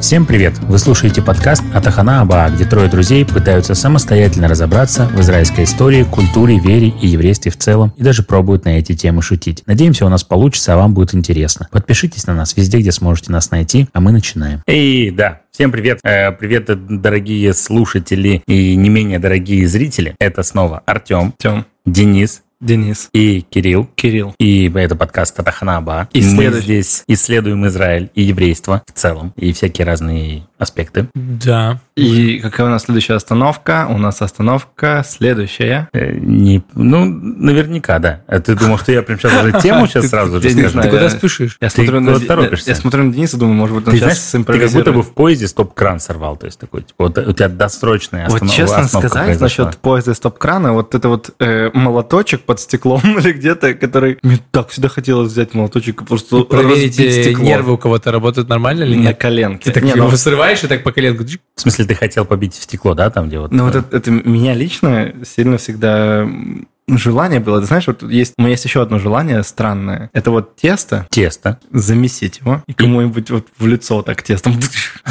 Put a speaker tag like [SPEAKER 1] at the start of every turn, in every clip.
[SPEAKER 1] Всем привет! Вы слушаете подкаст «Атахана Аба», где трое друзей пытаются самостоятельно разобраться в израильской истории, культуре, вере и еврействе в целом и даже пробуют на эти темы шутить. Надеемся, у нас получится, а вам будет интересно. Подпишитесь на нас везде, где сможете нас найти, а мы начинаем. Эй, да, Всем привет. Э, Привет, э, дорогие слушатели и не менее дорогие зрители. Это снова Артем,
[SPEAKER 2] Тем,
[SPEAKER 1] Денис
[SPEAKER 2] Денис,
[SPEAKER 1] и Кирилл.
[SPEAKER 2] Кирилл.
[SPEAKER 1] И это подкаст Татаханаба.
[SPEAKER 2] И
[SPEAKER 1] мы
[SPEAKER 2] следующий.
[SPEAKER 1] здесь исследуем Израиль и еврейство в целом, и всякие разные аспекты.
[SPEAKER 3] Да.
[SPEAKER 2] И какая у нас следующая остановка? У нас остановка следующая.
[SPEAKER 1] Э, не- ну, наверняка, да. А ты думал, что я прям сейчас уже тему сейчас сразу же
[SPEAKER 2] Я не
[SPEAKER 1] скажу?
[SPEAKER 2] знаю,
[SPEAKER 3] Ты куда
[SPEAKER 2] я-
[SPEAKER 3] спешишь?
[SPEAKER 2] Я
[SPEAKER 1] Ты куда торопишься?
[SPEAKER 2] я смотрю на Дениса, думаю, может быть, он
[SPEAKER 1] Ты знаешь,
[SPEAKER 2] сейчас
[SPEAKER 1] ты как
[SPEAKER 2] симпровизирует.
[SPEAKER 1] будто бы в поезде стоп-кран сорвал. То есть такой, типа, вот у тебя досрочная
[SPEAKER 2] Вот
[SPEAKER 1] останов-
[SPEAKER 2] честно
[SPEAKER 1] остановка
[SPEAKER 2] сказать,
[SPEAKER 1] произошла.
[SPEAKER 2] насчет поезда стоп-крана, вот это вот э, молоточек под стеклом или где-то, который... Мне так всегда хотелось взять молоточек и просто
[SPEAKER 3] Проверить
[SPEAKER 2] ну, разбить
[SPEAKER 3] э,
[SPEAKER 2] стекло
[SPEAKER 3] нервы у кого-то работают нормально или
[SPEAKER 2] на
[SPEAKER 3] нет?
[SPEAKER 2] коленке.
[SPEAKER 3] Ты так
[SPEAKER 2] Не, ну,
[SPEAKER 3] его срываешь и так по коленку. джик.
[SPEAKER 1] В смысле, ты хотел побить в стекло, да, там, где вот...
[SPEAKER 2] Ну,
[SPEAKER 1] э,
[SPEAKER 2] вот это, это меня лично сильно всегда м, желание было. Ты знаешь, вот есть, у меня есть еще одно желание странное. Это вот тесто,
[SPEAKER 1] Тесто.
[SPEAKER 2] замесить его и кому-нибудь вот в лицо вот так тестом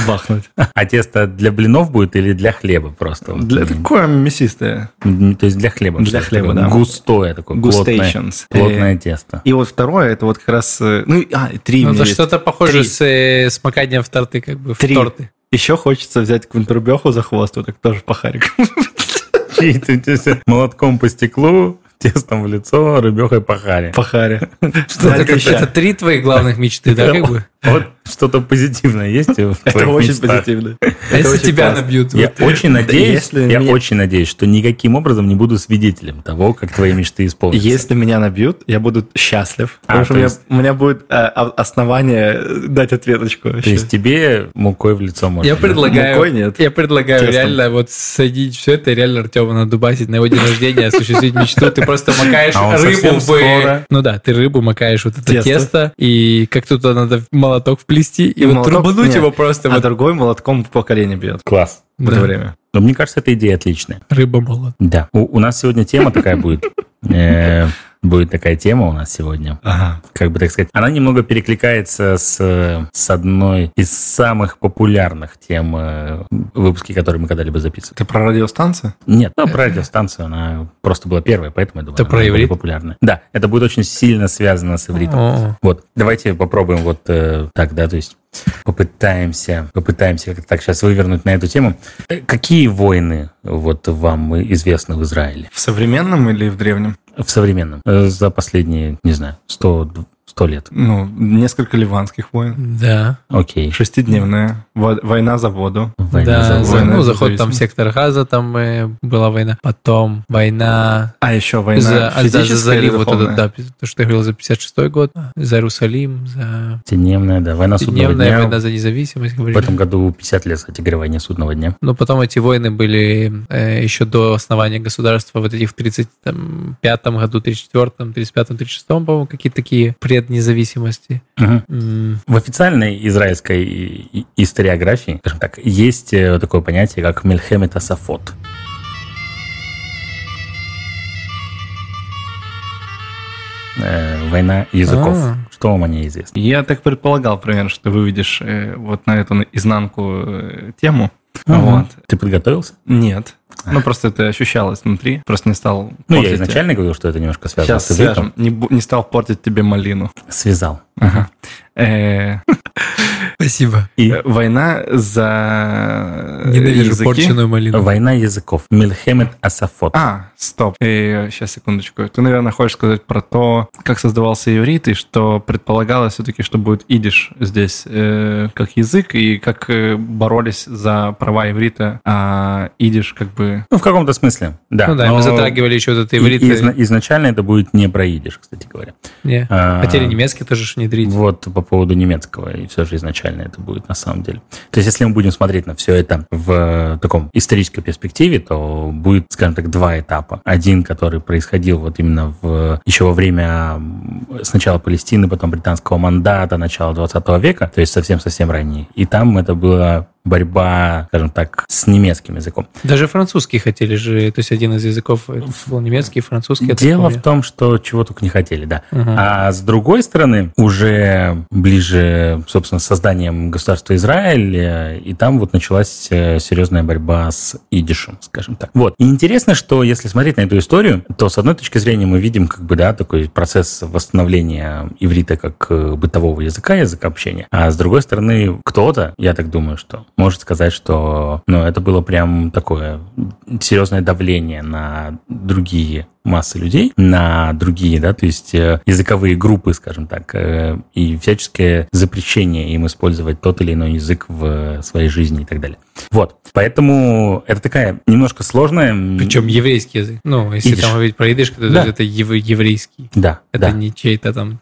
[SPEAKER 2] бахнуть.
[SPEAKER 1] А тесто для блинов будет или для хлеба просто? Вот,
[SPEAKER 2] Для,
[SPEAKER 1] м,
[SPEAKER 2] такое мясистое.
[SPEAKER 1] м, То есть для хлеба. Э,
[SPEAKER 2] Для
[SPEAKER 1] что-то
[SPEAKER 2] хлеба,
[SPEAKER 1] такое
[SPEAKER 2] да.
[SPEAKER 1] Густое такое, плотное,
[SPEAKER 2] Gustations.
[SPEAKER 1] плотное тесто.
[SPEAKER 2] И вот второе, это вот как раз... э, Ну, и- а, и три
[SPEAKER 3] Ну,
[SPEAKER 2] мне
[SPEAKER 3] это
[SPEAKER 2] есть.
[SPEAKER 3] что-то похоже
[SPEAKER 2] Три.
[SPEAKER 3] с э, смоканием в торты, как бы, в
[SPEAKER 2] Три.
[SPEAKER 3] торты.
[SPEAKER 2] Еще хочется взять квинтербеху за хвост, вот так тоже по харику.
[SPEAKER 1] И ты тесто Молотком по стеклу, тестом в лицо, рыбехой по харе.
[SPEAKER 2] По харе.
[SPEAKER 3] Вот
[SPEAKER 2] Да,
[SPEAKER 3] Это
[SPEAKER 2] леща.
[SPEAKER 3] это три твоих главных мечты, да, как бы?
[SPEAKER 1] Вот что-то позитивное есть в
[SPEAKER 2] Это
[SPEAKER 1] твоих
[SPEAKER 2] очень
[SPEAKER 1] мечтах?
[SPEAKER 2] позитивно.
[SPEAKER 3] А если
[SPEAKER 2] очень
[SPEAKER 3] тебя
[SPEAKER 2] классно.
[SPEAKER 3] набьют?
[SPEAKER 1] Я
[SPEAKER 3] Вот.
[SPEAKER 1] очень надеюсь,
[SPEAKER 2] если
[SPEAKER 1] я
[SPEAKER 2] меня-
[SPEAKER 1] очень надеюсь, что никаким образом не буду свидетелем того, как твои мечты исполнятся.
[SPEAKER 2] Если меня набьют, я буду счастлив.
[SPEAKER 1] А,
[SPEAKER 2] Потому что
[SPEAKER 1] то
[SPEAKER 2] у меня-
[SPEAKER 1] есть-
[SPEAKER 2] у меня будет э, о- основание э, дать ответочку.
[SPEAKER 1] То
[SPEAKER 2] вообще.
[SPEAKER 1] есть тебе мукой в лицо можно.
[SPEAKER 3] Я
[SPEAKER 1] да?
[SPEAKER 2] Мукой
[SPEAKER 3] предлагаю,
[SPEAKER 2] нет.
[SPEAKER 3] я предлагаю
[SPEAKER 2] Честно.
[SPEAKER 3] реально вот садить все это, и реально Артема надубасить на его день рождения, осуществить мечту. Ты просто макаешь
[SPEAKER 1] А он совсем
[SPEAKER 3] рыбу
[SPEAKER 1] скоро.
[SPEAKER 3] в... Ну да, ты рыбу макаешь вот это
[SPEAKER 2] Тесто.
[SPEAKER 3] тесто, и как тут надо молоток вплести, и вот
[SPEAKER 2] молоток-
[SPEAKER 3] рубануть
[SPEAKER 2] нет.
[SPEAKER 3] его просто.
[SPEAKER 2] А
[SPEAKER 3] вот.
[SPEAKER 2] другой молотком по колене бьет
[SPEAKER 1] Класс.
[SPEAKER 2] в
[SPEAKER 3] Да.
[SPEAKER 2] это время.
[SPEAKER 1] Но мне кажется, эта идея отличная.
[SPEAKER 3] Рыба молот.
[SPEAKER 1] Да. У, у нас сегодня тема такая будет. Э, Будет такая тема у нас сегодня.
[SPEAKER 2] Ага.
[SPEAKER 1] Как бы так сказать. Она немного перекликается с, э, с одной из самых популярных тем э, выпуски, которые мы когда-либо записывали.
[SPEAKER 2] Ты про радиостанцию?
[SPEAKER 1] Нет, ну, про радиостанцию она просто была первая, поэтому я думаю,
[SPEAKER 3] Это
[SPEAKER 1] она
[SPEAKER 3] про
[SPEAKER 1] будет
[SPEAKER 3] иврит?
[SPEAKER 1] популярная. Да, это будет очень сильно связано с ивритом.
[SPEAKER 3] О.
[SPEAKER 1] Вот, давайте попробуем вот э, так, да, то есть попытаемся, попытаемся как-то так сейчас вывернуть на эту тему. Э, Какие войны вот вам известны в Израиле
[SPEAKER 2] В современном или в древнем?
[SPEAKER 1] в современном э, за последние, не знаю, 100, 100 лет?
[SPEAKER 2] Ну, несколько ливанских войн.
[SPEAKER 3] Да.
[SPEAKER 1] Окей.
[SPEAKER 2] Шестидневная во- война за воду.
[SPEAKER 1] Война
[SPEAKER 3] Да,
[SPEAKER 1] за
[SPEAKER 3] за-
[SPEAKER 1] войну.
[SPEAKER 3] ну,
[SPEAKER 2] войну
[SPEAKER 3] заход там
[SPEAKER 2] независимости.
[SPEAKER 3] сектор газа, там э, была война. Потом война
[SPEAKER 2] А еще война
[SPEAKER 3] за, а, за- за
[SPEAKER 2] физическая или
[SPEAKER 3] залив, вот этот,
[SPEAKER 2] духовная?
[SPEAKER 3] да, то, что я говорил, за 56 год, за Иерусалим, за
[SPEAKER 1] Пятидневная, да, война судного
[SPEAKER 3] Пятидневная
[SPEAKER 1] дня.
[SPEAKER 3] война за независимость.
[SPEAKER 1] В
[SPEAKER 3] говорили.
[SPEAKER 1] этом году 50 лет, кстати говоря, войне судного дня.
[SPEAKER 3] Но потом эти войны были э, еще до основания государства, вот эти в 35-м году, 34-м, 35-м, 36-м, по-моему, какие-то такие преднезависимости.
[SPEAKER 1] Мгм.
[SPEAKER 3] М,
[SPEAKER 1] В официальной израильской и- и- историографии, скажем так, есть э, такое понятие, как Мельхемет Асафот. Э, Война языков.
[SPEAKER 3] А.
[SPEAKER 1] Что вам о ней известно?
[SPEAKER 2] Я так предполагал, примерно, что ты выведешь э, вот на эту на- изнанку э, тему.
[SPEAKER 1] Мгм.
[SPEAKER 2] Вот.
[SPEAKER 1] Ты подготовился?
[SPEAKER 2] Нет. Ну, просто это ощущалось внутри. Просто не стал
[SPEAKER 1] Ну,
[SPEAKER 2] портить
[SPEAKER 1] я
[SPEAKER 2] тебе.
[SPEAKER 1] изначально говорил, что это немножко связано
[SPEAKER 2] Сейчас
[SPEAKER 1] с языком.
[SPEAKER 2] свяжем. Не, бу- не стал портить тебе малину.
[SPEAKER 1] Связал.
[SPEAKER 2] Э,
[SPEAKER 3] Спасибо.
[SPEAKER 1] И
[SPEAKER 2] э, Война за
[SPEAKER 3] Ненавижу
[SPEAKER 2] языки.
[SPEAKER 3] порченую малину.
[SPEAKER 1] война языков. Мельхемет Асафот.
[SPEAKER 2] А, стоп. сейчас, секундочку. Ты, наверное, хочешь сказать про то, как создавался иврит, и что предполагалось все-таки, что будет идиш здесь э, как язык, и как э, боролись за права иврита, а идиш как бы...
[SPEAKER 1] Ну, в каком-то смысле, да.
[SPEAKER 3] Ну да,
[SPEAKER 1] Но
[SPEAKER 3] мы затрагивали еще вот это
[SPEAKER 1] и-
[SPEAKER 3] иврит.
[SPEAKER 1] и изна- изначально это будет не про идиш, кстати говоря.
[SPEAKER 3] Не.
[SPEAKER 1] А,
[SPEAKER 3] Хотели немецкий тоже ж внедрить.
[SPEAKER 1] Вот по поводу немецкого, и все же изначально это будет на самом деле. То есть, если мы будем смотреть на все это в э, таком исторической перспективе, то будет, скажем так, два этапа. Один, который происходил вот именно в, еще во время м, сначала Палестины, потом британского мандата, начала 20 века, то есть совсем-совсем ранее. И там это было борьба, скажем так, с немецким языком.
[SPEAKER 3] Даже французский хотели же, то есть один из языков это был немецкий, французский. я так
[SPEAKER 1] Ну, Дело в
[SPEAKER 3] помню.
[SPEAKER 1] том, что чего только не хотели, да.
[SPEAKER 3] Ага.
[SPEAKER 1] А с другой стороны, уже ближе, собственно, с созданием государства Израиль, э, и там вот началась э, серьезная борьба с идишем, скажем так. Вот. И интересно, что если смотреть на эту историю, то с одной точки зрения мы видим, как бы, да, такой процесс восстановления иврита как э, бытового языка, языка общения. А с другой стороны, кто-то, я так думаю, что может сказать, что ну, это было прям такое серьезное давление на другие массы людей, на другие, да, то есть э, языковые группы, скажем так, э, и всяческое запрещение им использовать тот или иной язык в э, своей жизни и так далее. Вот, поэтому это такая немножко сложная... м,
[SPEAKER 3] Причем еврейский язык. Ну, если
[SPEAKER 1] Идиш.
[SPEAKER 3] там говорить про идиш, то
[SPEAKER 1] Да.
[SPEAKER 3] это ев- еврейский.
[SPEAKER 1] Да,
[SPEAKER 3] Это
[SPEAKER 1] да.
[SPEAKER 3] не чей-то там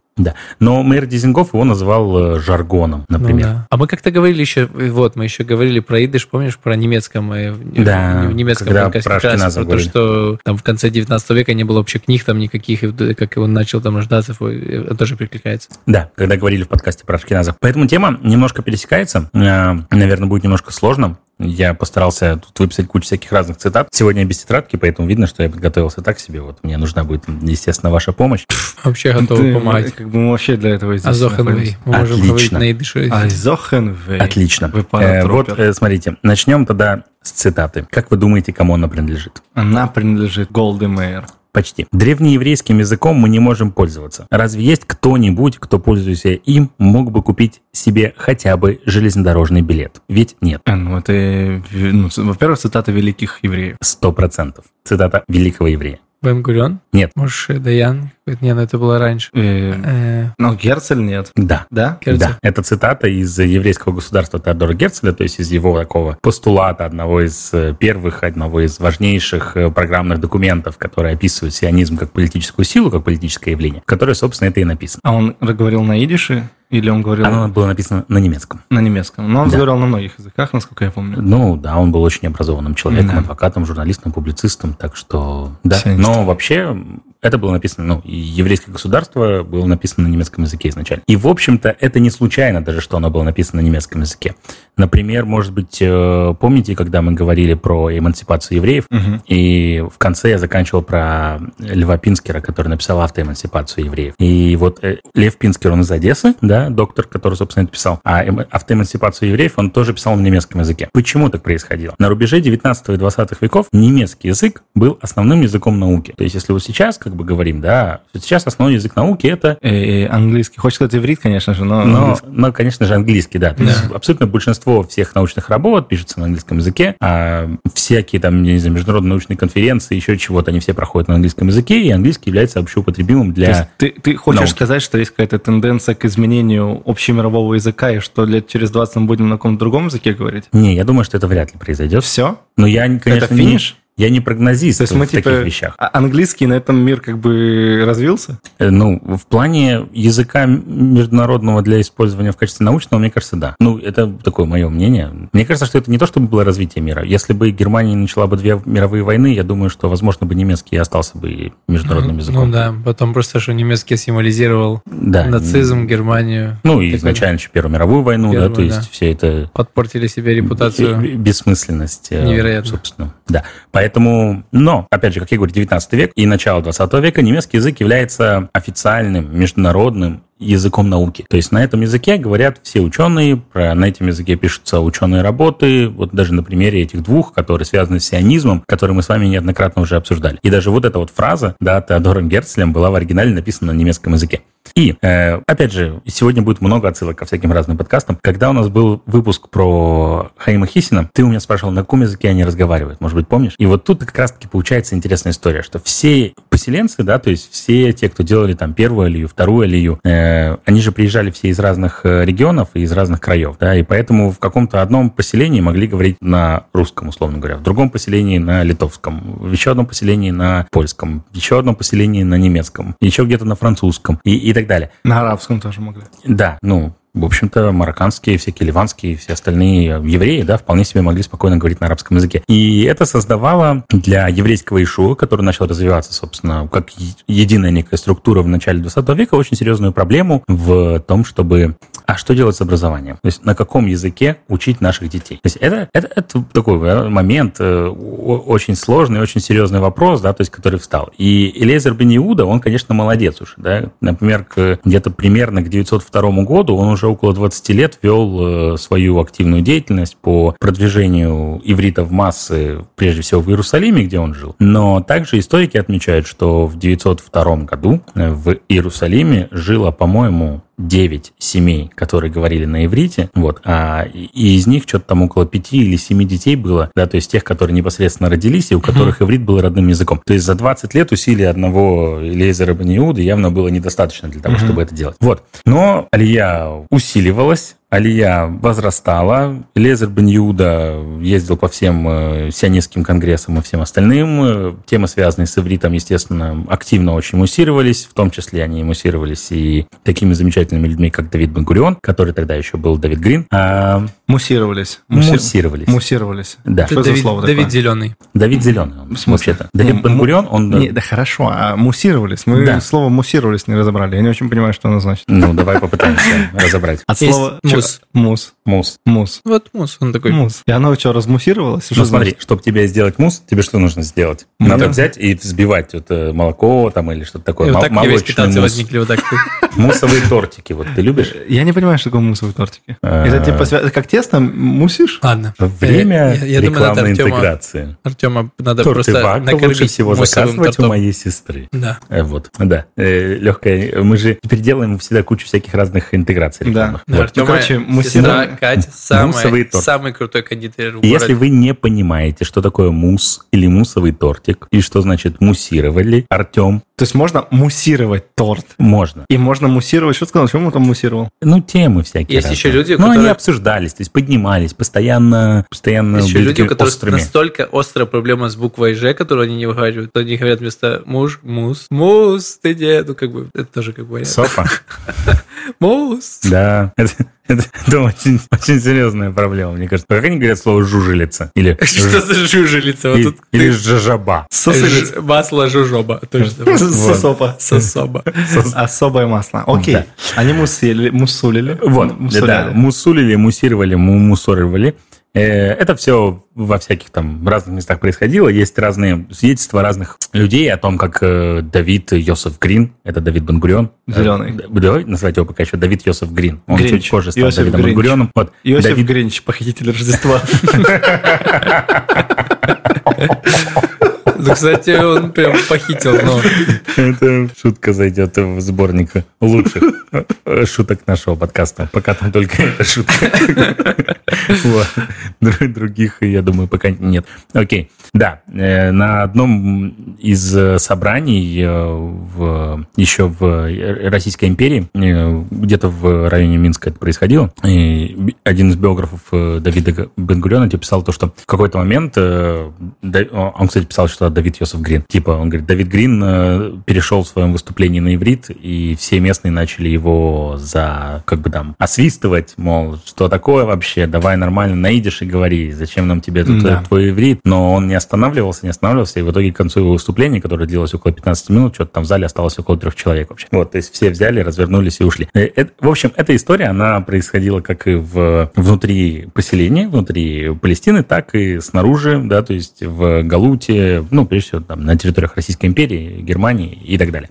[SPEAKER 1] Но мэр Дизингов его называл э, жаргоном,
[SPEAKER 3] Ну
[SPEAKER 1] например.
[SPEAKER 3] да. А мы как-то говорили еще, вот, мы еще говорили про идыш, помнишь, про немецком, э, в-
[SPEAKER 1] Да,
[SPEAKER 3] в немецком
[SPEAKER 1] когда
[SPEAKER 3] подкасте
[SPEAKER 1] про
[SPEAKER 3] как раз
[SPEAKER 1] Ашкеназа
[SPEAKER 3] про то,
[SPEAKER 1] говорили.
[SPEAKER 3] что там в конце 19 века не было вообще книг там никаких, и вд- как он начал там рождаться, фу, э, тоже прикликается.
[SPEAKER 1] Да, когда говорили в подкасте про Ашкеназов. Поэтому тема немножко пересекается. Э, Наверное, будет немножко сложно. Я постарался тут выписать кучу всяких разных цитат. Сегодня я без тетрадки, поэтому видно, что я подготовился так себе. Вот мне нужна будет, естественно, ваша помощь.
[SPEAKER 3] Вообще
[SPEAKER 1] Ну,
[SPEAKER 3] готовы
[SPEAKER 2] Ты- э,
[SPEAKER 3] помогать.
[SPEAKER 2] Как бы мы вообще для этого здесь
[SPEAKER 3] А Зохенвей, мы можем говорить
[SPEAKER 1] Отлично. А
[SPEAKER 3] на идыше.
[SPEAKER 2] Азохенвей.
[SPEAKER 1] Отлично.
[SPEAKER 2] Вы
[SPEAKER 1] Э, вот,
[SPEAKER 2] паратропер.
[SPEAKER 1] э, смотрите, начнем тогда с цитаты. Как вы думаете, кому она принадлежит?
[SPEAKER 2] Она принадлежит Голдемейр.
[SPEAKER 1] Почти. Древнееврейским языком мы не можем пользоваться. Разве есть кто-нибудь, кто, пользуясь им, мог бы купить себе хотя бы железнодорожный билет? Ведь нет.
[SPEAKER 2] А, Ну, это, э, ну, ц- во-первых, цитата великих евреев.
[SPEAKER 1] Сто процентов. Цитата великого еврея.
[SPEAKER 3] Бен Гурион?
[SPEAKER 1] Нет.
[SPEAKER 3] Может, э, Даян? Нет, ну это было раньше.
[SPEAKER 2] Э,
[SPEAKER 3] Э,
[SPEAKER 2] Но Герцель нет.
[SPEAKER 1] Да.
[SPEAKER 2] Да?
[SPEAKER 3] Герцель?
[SPEAKER 1] Да, это цитата из еврейского государства Теодора Герцеля, то есть из его такого постулата, одного из э, первых, одного из важнейших э, программных документов, которые описывают сионизм как политическую силу, как политическое явление, в которой, собственно, это и написано.
[SPEAKER 2] А он говорил на идише или он говорил
[SPEAKER 1] Оно было написано на немецком.
[SPEAKER 2] на немецком? Но он
[SPEAKER 1] Да.
[SPEAKER 2] говорил на многих языках, насколько я помню.
[SPEAKER 1] Ну да, он был очень образованным человеком,
[SPEAKER 2] Да.
[SPEAKER 1] адвокатом, журналистом, публицистом, так что да.
[SPEAKER 2] Сионист.
[SPEAKER 1] Но вообще м, это было написано, ну, и еврейское государство было написано на немецком языке изначально. И, в общем-то, это не случайно даже, что оно было написано на немецком языке. Например, может быть, э, помните, когда мы говорили про эмансипацию евреев,
[SPEAKER 2] Мгм.
[SPEAKER 1] и в конце я заканчивал про Льва Пинскера, который написал автоэмансипацию евреев. И вот э, Лев Пинскер, он из Одессы, да, доктор, который, собственно, это писал. А эм- автоэмансипацию евреев он тоже писал на немецком языке. Почему так происходило? На рубеже 19 и 20 веков немецкий язык был основным языком науки. То есть, если вот сейчас, как бы говорим, да, сейчас основной язык науки – это
[SPEAKER 2] Э, э, английский. Хочешь сказать иврит, конечно же, но...
[SPEAKER 1] но,
[SPEAKER 2] английский.
[SPEAKER 1] но, конечно же, английский, да. То есть абсолютно большинство всех научных работ пишется на английском языке, а всякие там, я не знаю, международные научные конференции, еще чего-то, они все проходят на английском языке, и английский является общеупотребимым
[SPEAKER 2] То
[SPEAKER 1] для...
[SPEAKER 2] есть ты, ты хочешь
[SPEAKER 1] Науки.
[SPEAKER 2] сказать, что есть какая-то тенденция к изменению общемирового языка, и что лет через 20 мы будем на каком-то другом языке говорить?
[SPEAKER 1] Не, я думаю, что это вряд ли произойдет.
[SPEAKER 2] Все?
[SPEAKER 1] Но я, конечно,
[SPEAKER 2] Это финиш?
[SPEAKER 1] Не, я не прогнозист
[SPEAKER 2] То есть мы
[SPEAKER 1] в
[SPEAKER 2] типа...
[SPEAKER 1] таких вещах.
[SPEAKER 2] а- Английский на этом мир как бы развился?
[SPEAKER 1] Э, Ну, в плане языка международного для использования в качестве научного, мне кажется, да. Ну, это такое мое мнение. Мне кажется, что это не то, чтобы было развитие мира. Если бы Германия начала бы две мировые войны, я думаю, что, возможно, бы немецкий и остался бы и международным языком.
[SPEAKER 3] Ну да, потом просто, что немецкий символизировал
[SPEAKER 1] Да.
[SPEAKER 3] нацизм, Германию.
[SPEAKER 1] Ну, и
[SPEAKER 3] Такой-
[SPEAKER 1] изначально еще Первую мировую войну, да,
[SPEAKER 3] Первую,
[SPEAKER 1] то есть
[SPEAKER 3] да.
[SPEAKER 1] все это
[SPEAKER 3] Подпортили себе репутацию.
[SPEAKER 1] Б- б- Бессмысленность. э,
[SPEAKER 3] Невероятно.
[SPEAKER 1] Собственно, да. Поэтому, но, опять же, как я говорю, 19 век и начало 20 века немецкий язык является официальным, международным языком науки. То есть на этом языке говорят все ученые, про, на этом языке пишутся ученые работы, вот даже на примере этих двух, которые связаны с сионизмом, которые мы с вами неоднократно уже обсуждали. И даже вот эта вот фраза, да, Теодором Герцлем была в оригинале написана на немецком языке. И, э, опять же, сегодня будет много отсылок ко всяким разным подкастам. Когда у нас был выпуск про Хаима Хисина, ты у меня спрашивал, на каком языке они разговаривают, может быть, помнишь? И вот тут как раз-таки получается интересная история, что все поселенцы, да, то есть все те, кто делали там первую алию, вторую алию, э, они же приезжали все из разных э, регионов и из разных краев, да, и поэтому в каком-то одном поселении могли говорить на русском, условно говоря, в другом поселении на литовском, в еще одном поселении на польском, в еще одном поселении на немецком, еще где-то на французском и, и так далее.
[SPEAKER 2] На арабском тоже могли.
[SPEAKER 1] Да, ну, в общем-то, марокканские, всякие ливанские, все остальные э, евреи, да, вполне себе могли спокойно говорить на арабском языке. И это создавало для еврейского Ишуа, который начал развиваться, собственно, как е- единая некая структура в начале 20 века, очень серьезную проблему в том, чтобы... А что делать с образованием? То есть на каком языке учить наших детей? То есть это, это, это такой э, момент э, о- очень сложный, очень серьезный вопрос, да, то есть который встал. И Элизер Бен Иуда, он, конечно, молодец уже, да. Например, к, где-то примерно к 902 году он уже около 20 лет вел э, свою активную деятельность по продвижению иврита в массы, прежде всего в Иерусалиме, где он жил. Но также историки отмечают, что в 902 году э, в Иерусалиме жило, по-моему, 9 семей, которые говорили на иврите, вот, а и- и из них что-то там около 5 или 7 детей было, да, то есть тех, которые непосредственно родились и у которых иврит был родным языком. То есть за 20 лет усилий одного Элейзера Баниуда явно было недостаточно для того,
[SPEAKER 2] Мгм.
[SPEAKER 1] чтобы это делать. Вот. Но Алия усиливалась, Алия возрастала, Лезер бен Иуда ездил по всем э, сионистским конгрессам и всем остальным. Э, Темы, связанные с ивритом, естественно, активно очень муссировались, в том числе они муссировались и такими замечательными людьми, как Давид Бангурион, который тогда еще был Давид Грин, а,
[SPEAKER 2] Муссировались. Мусси-
[SPEAKER 1] муссировались.
[SPEAKER 2] Муссировались.
[SPEAKER 1] Да,
[SPEAKER 2] Что за
[SPEAKER 3] Давид,
[SPEAKER 2] слово такое?
[SPEAKER 3] Давид Зеленый.
[SPEAKER 1] Давид Зеленый, он,
[SPEAKER 2] В смысле?
[SPEAKER 1] вообще-то. Давид
[SPEAKER 2] Ну,
[SPEAKER 1] Бангурион, он... э,
[SPEAKER 2] Не, да хорошо, а муссировались. Мы
[SPEAKER 1] Да.
[SPEAKER 2] слово муссировались не разобрали. Я не очень понимаю, что оно значит.
[SPEAKER 1] Ну, давай попытаемся разобрать.
[SPEAKER 2] От
[SPEAKER 3] Есть
[SPEAKER 2] слова
[SPEAKER 3] мусс.
[SPEAKER 2] чё? мус.
[SPEAKER 1] Мус.
[SPEAKER 2] Мус.
[SPEAKER 3] Вот мус, он такой.
[SPEAKER 2] Мус. И оно что, размуссировалось?
[SPEAKER 1] Ну,
[SPEAKER 2] Что
[SPEAKER 1] смотри, чтобы тебе сделать мусс, тебе что нужно сделать?
[SPEAKER 2] Ну,
[SPEAKER 1] Надо
[SPEAKER 2] да.
[SPEAKER 1] взять и взбивать вот, э, молоко там или что-то такое.
[SPEAKER 3] И вот
[SPEAKER 1] Мол-
[SPEAKER 3] так у
[SPEAKER 1] молочный
[SPEAKER 3] вегетации
[SPEAKER 1] мусс.
[SPEAKER 3] возникли, вот так.
[SPEAKER 1] Муссовые тортики, вот ты любишь?
[SPEAKER 2] значит? Я не понимаю, что такое мусс в тортике.
[SPEAKER 1] А.
[SPEAKER 2] Это типа свя- как тесто мусишь?
[SPEAKER 3] Ладно.
[SPEAKER 1] Время
[SPEAKER 3] Э, Я- я думаю, надо
[SPEAKER 1] рекламной
[SPEAKER 3] Артема-
[SPEAKER 1] интеграции.
[SPEAKER 3] Артема надо
[SPEAKER 1] Торты
[SPEAKER 3] просто
[SPEAKER 1] Вака лучше
[SPEAKER 3] накормить
[SPEAKER 1] всего
[SPEAKER 3] муссовым
[SPEAKER 1] заказывать у
[SPEAKER 3] тортом.
[SPEAKER 1] моей сестры.
[SPEAKER 3] Да.
[SPEAKER 1] Э, Вот, да. Легкая. Мы же теперь делаем всегда кучу всяких разных интеграций
[SPEAKER 2] Да. Ну,
[SPEAKER 1] рекламных.
[SPEAKER 3] Да,
[SPEAKER 1] Вот.
[SPEAKER 3] Артема,
[SPEAKER 2] короче, мусс-
[SPEAKER 3] сестра
[SPEAKER 2] да.
[SPEAKER 3] Катя
[SPEAKER 1] Муссовый
[SPEAKER 3] самая,
[SPEAKER 1] торт.
[SPEAKER 3] самый крутой кондитер в
[SPEAKER 1] И Если
[SPEAKER 3] городе.
[SPEAKER 1] вы не понимаете, что такое мусс или муссовый тортик, и что значит муссировали, Артем,
[SPEAKER 2] То есть можно муссировать торт.
[SPEAKER 1] можно.
[SPEAKER 2] И можно муссировать. Что ты сказал? Почему он там муссировал?
[SPEAKER 1] Ну, темы всякие.
[SPEAKER 3] Есть
[SPEAKER 1] разные.
[SPEAKER 3] еще люди,
[SPEAKER 1] Но
[SPEAKER 3] которые-
[SPEAKER 1] они обсуждались, то есть поднимались, постоянно, постоянно
[SPEAKER 3] Есть еще
[SPEAKER 1] были
[SPEAKER 3] люди, у
[SPEAKER 1] такими
[SPEAKER 3] которых
[SPEAKER 1] Ну, острыми.
[SPEAKER 3] настолько острая проблема с буквой Ж, которую они не выговаривают, то они говорят вместо муж, мус, мус, ты где? Ну, как бы, это тоже как бы
[SPEAKER 1] Сопа?
[SPEAKER 3] мус.
[SPEAKER 1] Да. Это, это- это очень, очень серьезная проблема, мне кажется. Как они говорят слово «жужелица»? Или,
[SPEAKER 3] Что
[SPEAKER 1] ж-
[SPEAKER 3] за жужелица? Вот
[SPEAKER 1] и-
[SPEAKER 3] тут
[SPEAKER 1] или
[SPEAKER 3] ты-
[SPEAKER 1] «жажаба».
[SPEAKER 2] Сосылец.
[SPEAKER 3] Ж- Масло жужоба, точно.
[SPEAKER 2] Сосопа.
[SPEAKER 3] Сособа.
[SPEAKER 2] Особое масло. Окей.
[SPEAKER 1] Да.
[SPEAKER 2] Они муссили, муссулили.
[SPEAKER 1] Вот, да,
[SPEAKER 2] Муссуляли.
[SPEAKER 1] мусулили, муссировали, му- мусоривали. Э, Это все во всяких там разных местах происходило. Есть разные свидетельства разных людей о том, как э, Давид Йосеф Грин, это Давид Бангурион.
[SPEAKER 2] Зелёный.
[SPEAKER 1] Э, Давай называть его пока еще Давид Йосеф Грин. Он
[SPEAKER 2] Гринч.
[SPEAKER 1] чуть позже стал
[SPEAKER 2] Йосеф
[SPEAKER 1] Давидом
[SPEAKER 2] Гринч.
[SPEAKER 1] Бангурионом. Вот,
[SPEAKER 2] Иосиф
[SPEAKER 1] Давид-
[SPEAKER 2] Гринч, похититель Рождества.
[SPEAKER 3] Ну, кстати, он прям похитил, но...
[SPEAKER 1] Это шутка зайдет в сборник лучших э, шуток нашего подкаста. Пока там только эта шутка. Вот. Дру- Других, я думаю, пока нет. Окей. Да, э, на одном из э, собраний э, в- еще в Российской империи, э, где-то в районе Минска это происходило, и би- один из биографов э, Давида Г- Бен-Гуриона типа, писал то, что в какой-то момент, э, Да- он, кстати, писал, что Давид Йосеф Грин, типа, он говорит, Давид Грин э, перешел в своем выступлении на иврит, и все местные начали его за, как бы там, освистывать, мол, что такое вообще, давай нормально наидишь и говори, зачем нам тебе тут
[SPEAKER 2] Да.
[SPEAKER 1] э, твой иврит, но он не останавливался, не останавливался, и в итоге к концу его выступления, которое длилось около 15 минут, что-то там в зале осталось около трех человек вообще. Вот, то есть все взяли, развернулись и ушли. Э, это- в общем, эта история, она происходила как и в, э, внутри поселения, внутри Палестины, так и снаружи, да, то есть в Галуте, ну, прежде всего, там, на территориях Российской империи, Германии и так далее.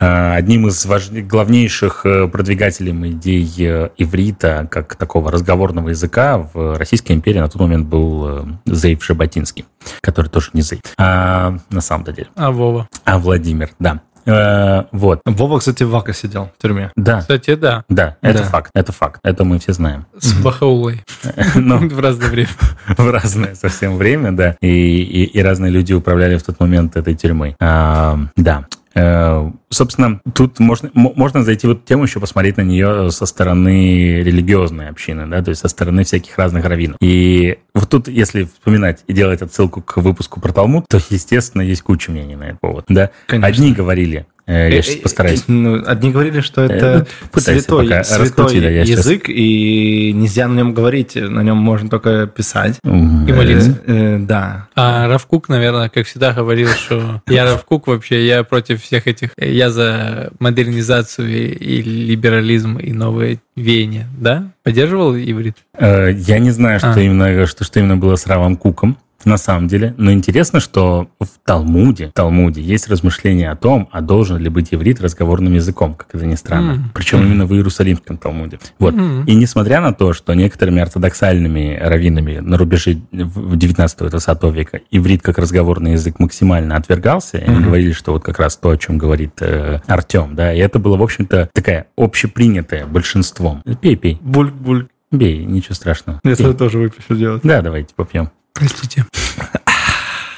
[SPEAKER 1] Э, Одним из важ- главнейших э, продвигателей идей э, иврита как такого разговорного языка в Российской империи на тот момент был э, Зейв Шабатинский, который тоже не Зейв, а на самом-то деле,
[SPEAKER 3] А Вова?
[SPEAKER 1] а Владимир, да. Э, Вот,
[SPEAKER 2] Вова, кстати, в Вака сидел в тюрьме.
[SPEAKER 1] да,
[SPEAKER 3] Кстати, да,
[SPEAKER 1] да, это
[SPEAKER 2] Да.
[SPEAKER 1] факт, это факт, это мы все знаем.
[SPEAKER 3] с Бахаулой
[SPEAKER 1] Но
[SPEAKER 3] в разное время.
[SPEAKER 1] в разное совсем время, да. И, и, и разные люди управляли в тот момент этой тюрьмой. А, да. Э, Собственно, тут можно, м- можно зайти в эту тему, еще посмотреть на нее со стороны религиозной общины, да, то есть со стороны всяких разных раввинов. И вот тут, если вспоминать и делать отсылку к выпуску про Талмуд, то, естественно, есть куча мнений на этот повод, да.
[SPEAKER 2] Конечно.
[SPEAKER 1] Одни говорили, Э, Я сейчас постараюсь. Э,
[SPEAKER 2] Ну, одни говорили, что это
[SPEAKER 1] пытайся пока
[SPEAKER 2] святой,
[SPEAKER 1] раскрути,
[SPEAKER 2] святой
[SPEAKER 1] да, я щас-
[SPEAKER 2] язык, и нельзя на нем говорить, на нем можно только писать.
[SPEAKER 1] Мгм.
[SPEAKER 3] И молиться.
[SPEAKER 2] Э, э, да.
[SPEAKER 3] А Равкук, наверное, как всегда говорил, что я Равкук вообще, я против всех этих, я за модернизацию и, и либерализм и новые веяния, да? Поддерживал иврит?
[SPEAKER 1] Э, Я не знаю, что
[SPEAKER 3] А.
[SPEAKER 1] именно что, что именно было с Равом Куком. На самом деле, но интересно, что в Талмуде, в Талмуде есть размышления о том, а должен ли быть еврит разговорным языком, как это ни странно.
[SPEAKER 3] М.
[SPEAKER 1] Причем именно в Иерусалимском Талмуде. Вот.
[SPEAKER 3] М.
[SPEAKER 1] И несмотря на то, что некоторыми ортодоксальными раввинами на рубеже 19-20 века иврит как разговорный язык максимально отвергался, и они
[SPEAKER 2] Мгм.
[SPEAKER 1] говорили, что вот как раз то, о чем говорит Артем, да, и это было, в общем-то, такая общепринятая большинством. Пей, пей,
[SPEAKER 2] Бульк-бульк.
[SPEAKER 1] бей, ничего страшного.
[SPEAKER 2] Я
[SPEAKER 1] Пей.
[SPEAKER 2] это тоже выпишу делать.
[SPEAKER 1] Да, давайте попьем.
[SPEAKER 3] Простите.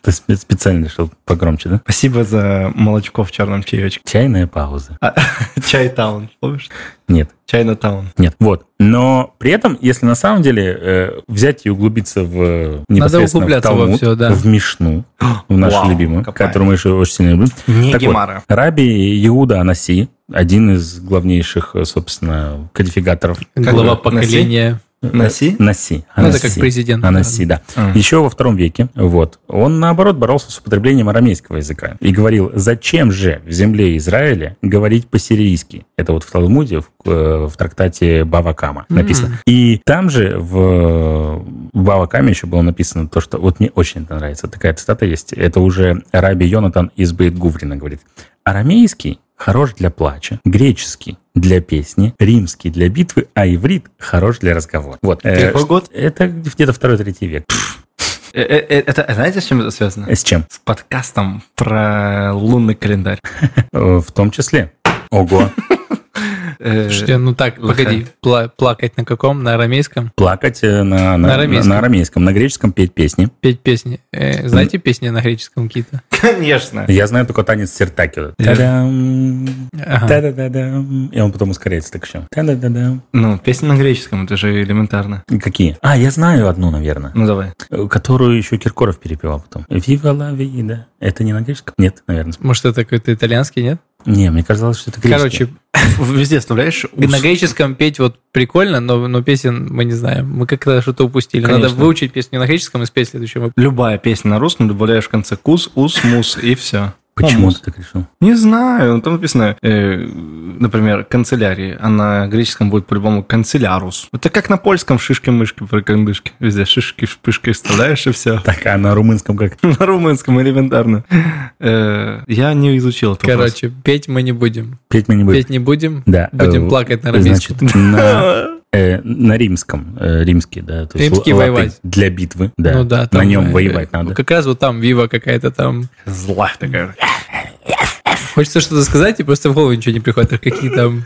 [SPEAKER 1] Ты спе- специально решил погромче, да?
[SPEAKER 2] Спасибо за молочко в черном чаечке.
[SPEAKER 1] Чайная пауза.
[SPEAKER 3] А.
[SPEAKER 2] Чай-таун, помнишь?
[SPEAKER 1] Нет,
[SPEAKER 2] Чайна-таун.
[SPEAKER 1] нет. Вот. Но при этом, если на самом деле э, взять и углубиться в э, непосредственно в
[SPEAKER 3] углубляться во
[SPEAKER 1] Талмуд,
[SPEAKER 3] всё, да.
[SPEAKER 1] в Мишну, в нашу
[SPEAKER 2] Вау,
[SPEAKER 1] любимую,
[SPEAKER 2] копаем.
[SPEAKER 1] которую мы еще очень сильно любим.
[SPEAKER 2] Не
[SPEAKER 1] Так вот,
[SPEAKER 2] Гемара.
[SPEAKER 1] Раби Иуда Анаси, один из главнейших, э, собственно, кодификаторов.
[SPEAKER 2] Как Э,
[SPEAKER 3] Глава
[SPEAKER 2] бы,
[SPEAKER 3] поколения.
[SPEAKER 1] Э,
[SPEAKER 2] Носи.
[SPEAKER 1] Наси.
[SPEAKER 3] Ну, это
[SPEAKER 1] Анаси.
[SPEAKER 3] как президент.
[SPEAKER 1] Анаси, да.
[SPEAKER 2] А.
[SPEAKER 1] Еще во втором веке, вот, он, наоборот, боролся с употреблением арамейского языка и говорил, зачем же в земле Израиля говорить по-сирийски? Это вот в Талмуде, в, э, в трактате Бавакама написано. И там же в, в Бавакаме еще было написано то, что... Вот мне очень это нравится, такая цитата есть. Это уже Раби Йонатан из Бейт Гуврина говорит. Арамейский хорош для плача, греческий для песни, римский для битвы, а иврит хорош для разговора. Вот. Э,
[SPEAKER 2] Какой год?
[SPEAKER 1] это где-то второй-третий век.
[SPEAKER 2] Э, э, э, Это, знаете, с чем это связано?
[SPEAKER 1] С чем?
[SPEAKER 2] С подкастом про лунный календарь.
[SPEAKER 1] Э, В том числе. Ого.
[SPEAKER 2] Э,
[SPEAKER 3] Слушайте, ну так,
[SPEAKER 2] Лоха.
[SPEAKER 3] погоди, пла- плакать на каком? На арамейском?
[SPEAKER 1] Плакать э, на, на, на- на арамейском.
[SPEAKER 3] арамейском.
[SPEAKER 1] на греческом петь песни.
[SPEAKER 3] Петь песни. Э, знаете песни на греческом какие-то?
[SPEAKER 2] Конечно.
[SPEAKER 1] Я знаю только танец сертаки. вот. Та-дам,
[SPEAKER 3] Ага.
[SPEAKER 1] та-да-да-дам. И он потом ускоряется так еще. Та-да-да-дам.
[SPEAKER 2] Ну, песня на греческом, это же элементарно.
[SPEAKER 1] И Какие? А, я знаю одну, наверное,
[SPEAKER 2] Ну, давай.
[SPEAKER 1] э, которую еще Киркоров перепевал потом. Viva la vida. Это не на греческом? Нет, наверное.
[SPEAKER 3] Может, это какой-то итальянский, нет?
[SPEAKER 1] Не, мне казалось, что это греческий.
[SPEAKER 3] Короче,
[SPEAKER 2] Везде вставляешь
[SPEAKER 3] И на
[SPEAKER 2] ус.
[SPEAKER 3] греческом петь вот прикольно, но, но песен мы не знаем. Мы как-то что-то упустили. Надо
[SPEAKER 2] Конечно.
[SPEAKER 3] выучить песню на греческом и спеть следующему.
[SPEAKER 2] Любая песня на русском добавляешь в конце кус, ус, мус и все.
[SPEAKER 1] почему ты так решил?
[SPEAKER 2] Не знаю, ну, там написано, э, например, канцелярии, а на греческом будет по-любому канцелярус. Это как на польском шишки-мышки, прикандышки. Везде шишки-шпышки вставляешь и все.
[SPEAKER 1] Так, а на румынском как?
[SPEAKER 2] На румынском элементарно. Э, Я не изучил это.
[SPEAKER 3] Короче, петь мы не будем.
[SPEAKER 1] Петь мы не будем.
[SPEAKER 3] Петь не будем.
[SPEAKER 1] Да.
[SPEAKER 3] Будем
[SPEAKER 1] э,
[SPEAKER 3] плакать на
[SPEAKER 1] Значит,
[SPEAKER 3] арамейском.
[SPEAKER 1] на э, на римском, э, римский, да. то есть
[SPEAKER 3] Римский
[SPEAKER 1] л- латынь
[SPEAKER 3] воевать.
[SPEAKER 1] Для битвы, да.
[SPEAKER 3] ну да,
[SPEAKER 1] на
[SPEAKER 3] там,
[SPEAKER 1] нем
[SPEAKER 3] э,
[SPEAKER 1] воевать надо.
[SPEAKER 3] Как раз вот там вива какая-то там.
[SPEAKER 2] Зла такая.
[SPEAKER 3] Хочется что-то сказать, и просто в голову ничего не приходит. А Какие там...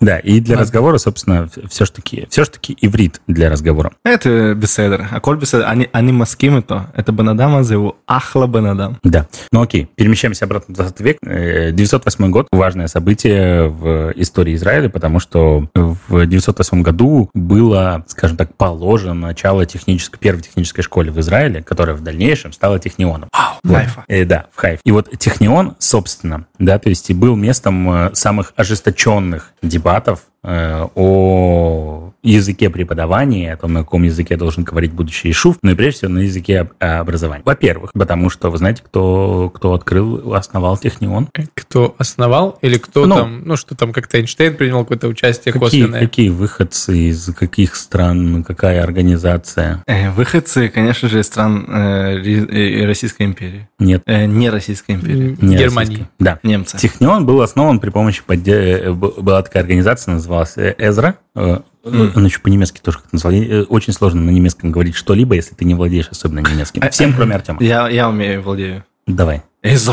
[SPEAKER 1] Да, и для
[SPEAKER 3] Ладно.
[SPEAKER 1] разговора, собственно, все ж таки, все ж таки иврит для разговора.
[SPEAKER 2] Это беседер. А коль беседер, они, они маскимы то. Это Банадама зову Ахла Банадам.
[SPEAKER 1] Да. Ну окей, перемещаемся обратно в 20 век. Э, 908 год – важное событие в истории Израиля, потому что в 908 году было, скажем так, положено начало технической, первой технической школе в Израиле, которая в дальнейшем стала технионом. Вот.
[SPEAKER 2] Кайфа.
[SPEAKER 1] Э, да, в Хайф. И вот Технион, собственно, да, то есть и был местом э, самых ожесточенных дебатов э, о языке преподавания, о том, на каком языке должен говорить будущий Ишуф, но и прежде всего на языке об- э, образования. Во-первых, потому что, вы знаете, кто, кто открыл, основал Технион?
[SPEAKER 3] Кто основал или кто
[SPEAKER 1] Ну.
[SPEAKER 3] там... Ну, что там как-то Эйнштейн принял какое-то участие
[SPEAKER 1] Какие,
[SPEAKER 3] косвенное.
[SPEAKER 1] какие выходцы из каких стран, какая организация?
[SPEAKER 2] Э, Выходцы, конечно же, из стран э, Ри- э, Российской империи.
[SPEAKER 1] Нет,
[SPEAKER 2] Э, Не Российской империи.
[SPEAKER 1] не
[SPEAKER 3] Германии.
[SPEAKER 1] российская. Да.
[SPEAKER 2] Немцы.
[SPEAKER 1] Технион был основан при помощи подде- э, б- была такая организация, называлась э, Эзра. Э, э, Она еще по-немецки тоже как назвали. Э, Очень сложно на немецком говорить что-либо, если ты не владеешь особенно немецким.
[SPEAKER 2] А-
[SPEAKER 1] Всем, кроме Артема.
[SPEAKER 2] Я, я умею, владею.
[SPEAKER 1] Давай.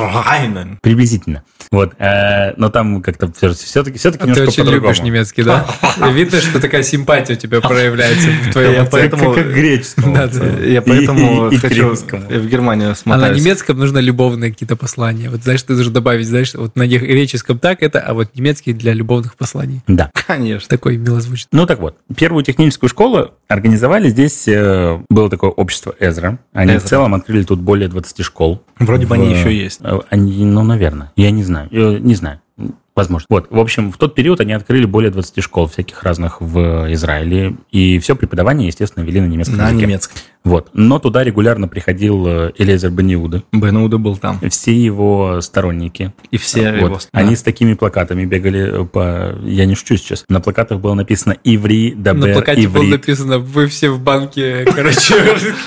[SPEAKER 2] Израилен.
[SPEAKER 1] Приблизительно. Вот. э, Но там как-то все-таки, все-таки
[SPEAKER 3] А Ты
[SPEAKER 1] немножко
[SPEAKER 3] очень любишь
[SPEAKER 1] по-другому.
[SPEAKER 3] немецкий, да? Видно, что такая симпатия у тебя проявляется в твоем
[SPEAKER 2] Я
[SPEAKER 3] акценте.
[SPEAKER 1] Как- Как, как греческому.
[SPEAKER 3] Да, да.
[SPEAKER 2] Э, Я поэтому
[SPEAKER 1] И- и
[SPEAKER 2] хочу
[SPEAKER 1] кремскому.
[SPEAKER 2] в Германию
[SPEAKER 3] А на
[SPEAKER 2] смотреть.
[SPEAKER 3] немецком нужно любовные какие-то послания. Вот знаешь, ты должен добавить, знаешь, вот на греческом так это, а вот немецкий для любовных посланий.
[SPEAKER 1] Да.
[SPEAKER 2] Конечно.
[SPEAKER 3] Такой милозвучный.
[SPEAKER 1] Ну так вот, первую техническую школу организовали здесь, э, было такое общество Эзра. Они в
[SPEAKER 2] Эзра.
[SPEAKER 1] целом открыли тут более 20 школ.
[SPEAKER 2] Вроде бы
[SPEAKER 1] В-
[SPEAKER 2] они еще есть.
[SPEAKER 1] Э, Они, ну, наверное. Я не знаю. Э, Не знаю. Возможно. Вот. В общем, в тот период они открыли более 20 школ всяких разных в Израиле. И все преподавание, естественно, вели на немецком
[SPEAKER 4] На
[SPEAKER 1] языке.
[SPEAKER 4] немецком.
[SPEAKER 1] Вот. Но туда регулярно приходил э, Элиэзер Баниуда.
[SPEAKER 2] Бенуда был там.
[SPEAKER 1] Все его сторонники.
[SPEAKER 2] И все
[SPEAKER 1] Вот.
[SPEAKER 2] Э, его...
[SPEAKER 1] Они с такими плакатами бегали э, по... Я не шучу сейчас. На плакатах было написано «Иври,
[SPEAKER 3] На
[SPEAKER 1] Дабер,
[SPEAKER 3] плакате было
[SPEAKER 1] Иврит».
[SPEAKER 3] Ну, типа написано, вы все в банке, короче,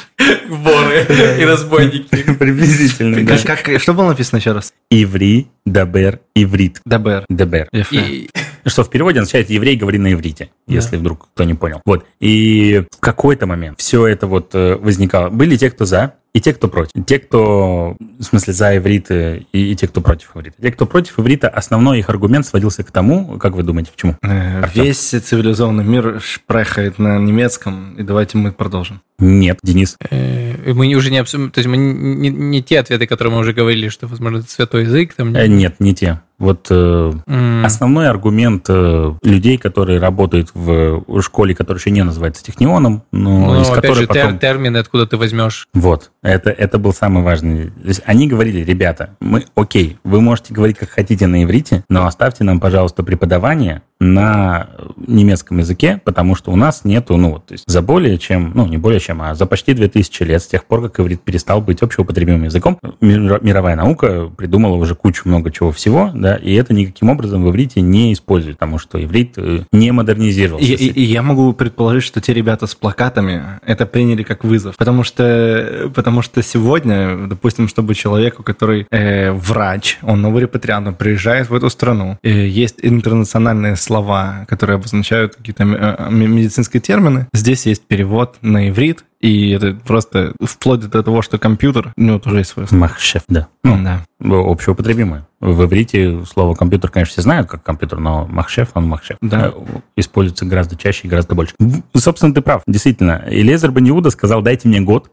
[SPEAKER 3] воры и разбойники.
[SPEAKER 1] Приблизительно, да.
[SPEAKER 2] Как- как- что было написано еще раз?
[SPEAKER 1] «Иври, Дабер, Иврит».
[SPEAKER 2] ДБР.
[SPEAKER 1] Дебер.
[SPEAKER 3] И
[SPEAKER 1] Что в переводе означает «еврей, говори на иврите», если вдруг кто не понял. Вот. И в какой-то момент все это вот э, возникало. Были те, кто за, и те, кто против. Те, кто, в смысле, за иврит э, и, и те, кто против иврита. Те, кто против иврита, основной их аргумент сводился к тому, как вы думаете, к чему?
[SPEAKER 2] Э, Весь цивилизованный мир шпрехает на немецком, и давайте мы продолжим.
[SPEAKER 1] Нет, Денис.
[SPEAKER 3] э, мы не- уже не обсудим, то есть мы не, не- не те ответы, которые мы уже говорили, что, возможно, это святой язык. Там,
[SPEAKER 1] Э, нет, не те. Вот э,
[SPEAKER 3] М,
[SPEAKER 1] Основной аргумент э, людей, которые работают в э, школе, которая еще не называется технионом, но
[SPEAKER 3] ну,
[SPEAKER 1] из
[SPEAKER 3] опять
[SPEAKER 1] которой
[SPEAKER 3] же, тер-
[SPEAKER 1] потом...
[SPEAKER 3] термины, откуда ты возьмешь.
[SPEAKER 1] Вот, это, это был самый важный. То есть они говорили, ребята, мы, окей, вы можете говорить как хотите на иврите, но оставьте нам, пожалуйста, преподавание на э, немецком языке, потому что у нас нету, ну, вот, то есть за более чем, ну, не более чем, а за почти 2000 лет, с тех пор, как иврит перестал быть общеупотребимым языком, мир- мировая наука придумала уже кучу много чего всего, да, и это никаким образом в иврите не используют, потому что иврит э, не модернизировался.
[SPEAKER 2] И, и- и я могу предположить, что те ребята с плакатами это приняли как вызов. Потому что, потому что сегодня, допустим, чтобы человеку, который э, врач, он новый репатриант, он приезжает в эту страну, э, есть интернациональные слова, которые обозначают какие-то э, м- медицинские термины. Здесь есть перевод на иврит, и это просто вплоть до того, что компьютер, у него тоже есть свое слово.
[SPEAKER 1] Махшеф, да. Ну,
[SPEAKER 2] Да.
[SPEAKER 1] общеупотребимое. В иврите слово компьютер, конечно, все знают как компьютер, но махшеф, он махшеф.
[SPEAKER 2] Да.
[SPEAKER 1] Э, Используется гораздо чаще и гораздо больше. В- Собственно, ты прав, действительно. Элизар Баниуда сказал, дайте мне год.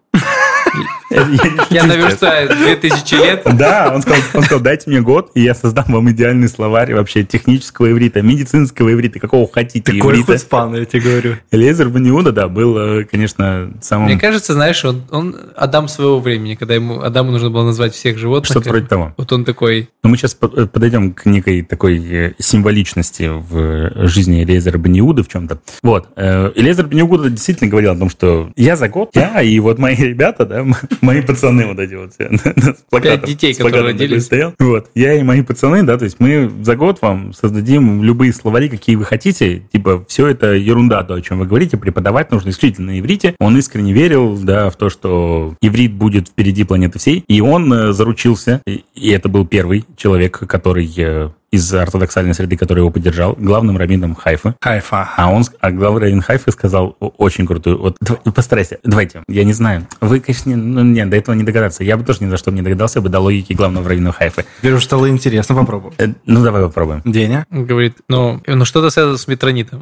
[SPEAKER 1] Я не шучу.
[SPEAKER 3] Я наверстаю 2000 лет.
[SPEAKER 1] Да, он сказал, он сказал, дайте мне год, и я создам вам идеальный словарь вообще технического иврита, медицинского иврита, какого хотите
[SPEAKER 2] Такой
[SPEAKER 1] иврита.
[SPEAKER 2] хуцпан, я тебе говорю.
[SPEAKER 1] Элизар Баниуда, да, был, э, конечно,
[SPEAKER 3] Мне
[SPEAKER 1] самым...
[SPEAKER 3] кажется, знаешь, он, он Адам своего времени, когда ему Адаму нужно было назвать всех животных.
[SPEAKER 1] Что-то вроде того.
[SPEAKER 3] Вот он такой,
[SPEAKER 1] Но мы сейчас подойдем к некой такой э, символичности в э, жизни Элизера Бениуда в чем-то. Вот. э, Элизар Бениуда действительно говорил о том, что я за год, я и вот мои ребята, да, м- мои пацаны вот эти вот все, с плакатом-
[SPEAKER 3] детей,
[SPEAKER 1] с плакатом
[SPEAKER 3] которые
[SPEAKER 1] такой
[SPEAKER 3] родились.
[SPEAKER 1] стоял. Вот. Я и мои пацаны, да, то есть мы за год вам создадим любые словари, какие вы хотите. Типа, все это ерунда, то, о чем вы говорите. Преподавать нужно исключительно на иврите. Он искренне верил, да, в то, что иврит будет впереди планеты всей. И он э, заручился, и, и это был первый человек, который э, из ортодоксальной среды, который его поддержал, главным раввином Хайфа.
[SPEAKER 2] Хайфа.
[SPEAKER 1] А он, с- а главный раввин Хайфы сказал о- очень крутую. Вот дв- постарайся, давайте, я не знаю. Вы, конечно, не- ну, нет, до этого не догадаться. Я бы тоже ни за что бы не догадался бы до логики главного раввина Хайфы.
[SPEAKER 2] Вижу, что стало интересно, попробуем.
[SPEAKER 1] Э, Ну, давай попробуем.
[SPEAKER 2] Деня?
[SPEAKER 3] он говорит, ну, ну что-то связано с метронитом.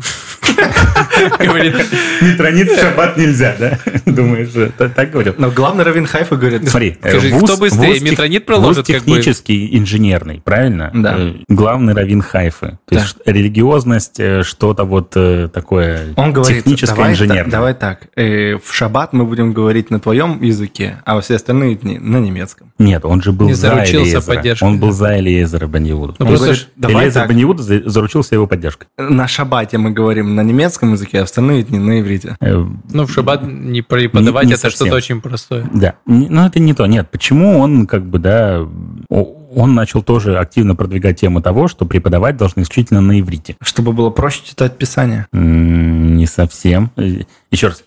[SPEAKER 3] Говорит,
[SPEAKER 1] Нитронит в шаббат нельзя, да? Думаешь, э, та- так говорил?
[SPEAKER 2] Но главный раввин Хайфа говорит,
[SPEAKER 1] Смотри, э,
[SPEAKER 3] Скажи, кто быстрее,
[SPEAKER 1] вуз тех-
[SPEAKER 3] метронит проложит,
[SPEAKER 1] вуз
[SPEAKER 3] как бы?
[SPEAKER 1] технический, инженерный, правильно?
[SPEAKER 2] Да.
[SPEAKER 1] Э, Главный раввин Хайфы. То есть религиозность, э, что-то вот э, такое
[SPEAKER 2] Он говорит,
[SPEAKER 1] техническое,
[SPEAKER 2] давай, та-
[SPEAKER 1] инженерное.
[SPEAKER 2] давай так, э, в шаббат мы будем говорить на твоем языке, а во все остальные дни на немецком.
[SPEAKER 1] Нет, он же был
[SPEAKER 3] Не
[SPEAKER 1] за
[SPEAKER 3] заручился
[SPEAKER 1] Элиезера.
[SPEAKER 3] поддержкой,
[SPEAKER 1] Он был
[SPEAKER 3] да.
[SPEAKER 1] за Элиезера Баньевуда.
[SPEAKER 3] Ну,
[SPEAKER 1] Он
[SPEAKER 3] просто
[SPEAKER 1] говорит,
[SPEAKER 3] ж-
[SPEAKER 2] давай
[SPEAKER 1] Элиезер
[SPEAKER 2] так.
[SPEAKER 1] Баньевуда за- заручился его поддержкой.
[SPEAKER 2] На шаббате мы говорим на немецком языке, а остальные дни на иврите.
[SPEAKER 1] Э,
[SPEAKER 3] ну, в шаббат не преподавать,
[SPEAKER 1] Не- не
[SPEAKER 3] это что-то
[SPEAKER 1] совсем.
[SPEAKER 3] очень простое.
[SPEAKER 1] Да, Н- но это не то. Нет, почему он как бы, да, о- он начал тоже активно продвигать тему того, что преподавать должны исключительно на иврите.
[SPEAKER 2] Чтобы было проще читать писание.
[SPEAKER 1] М, Не совсем. Э, Еще раз,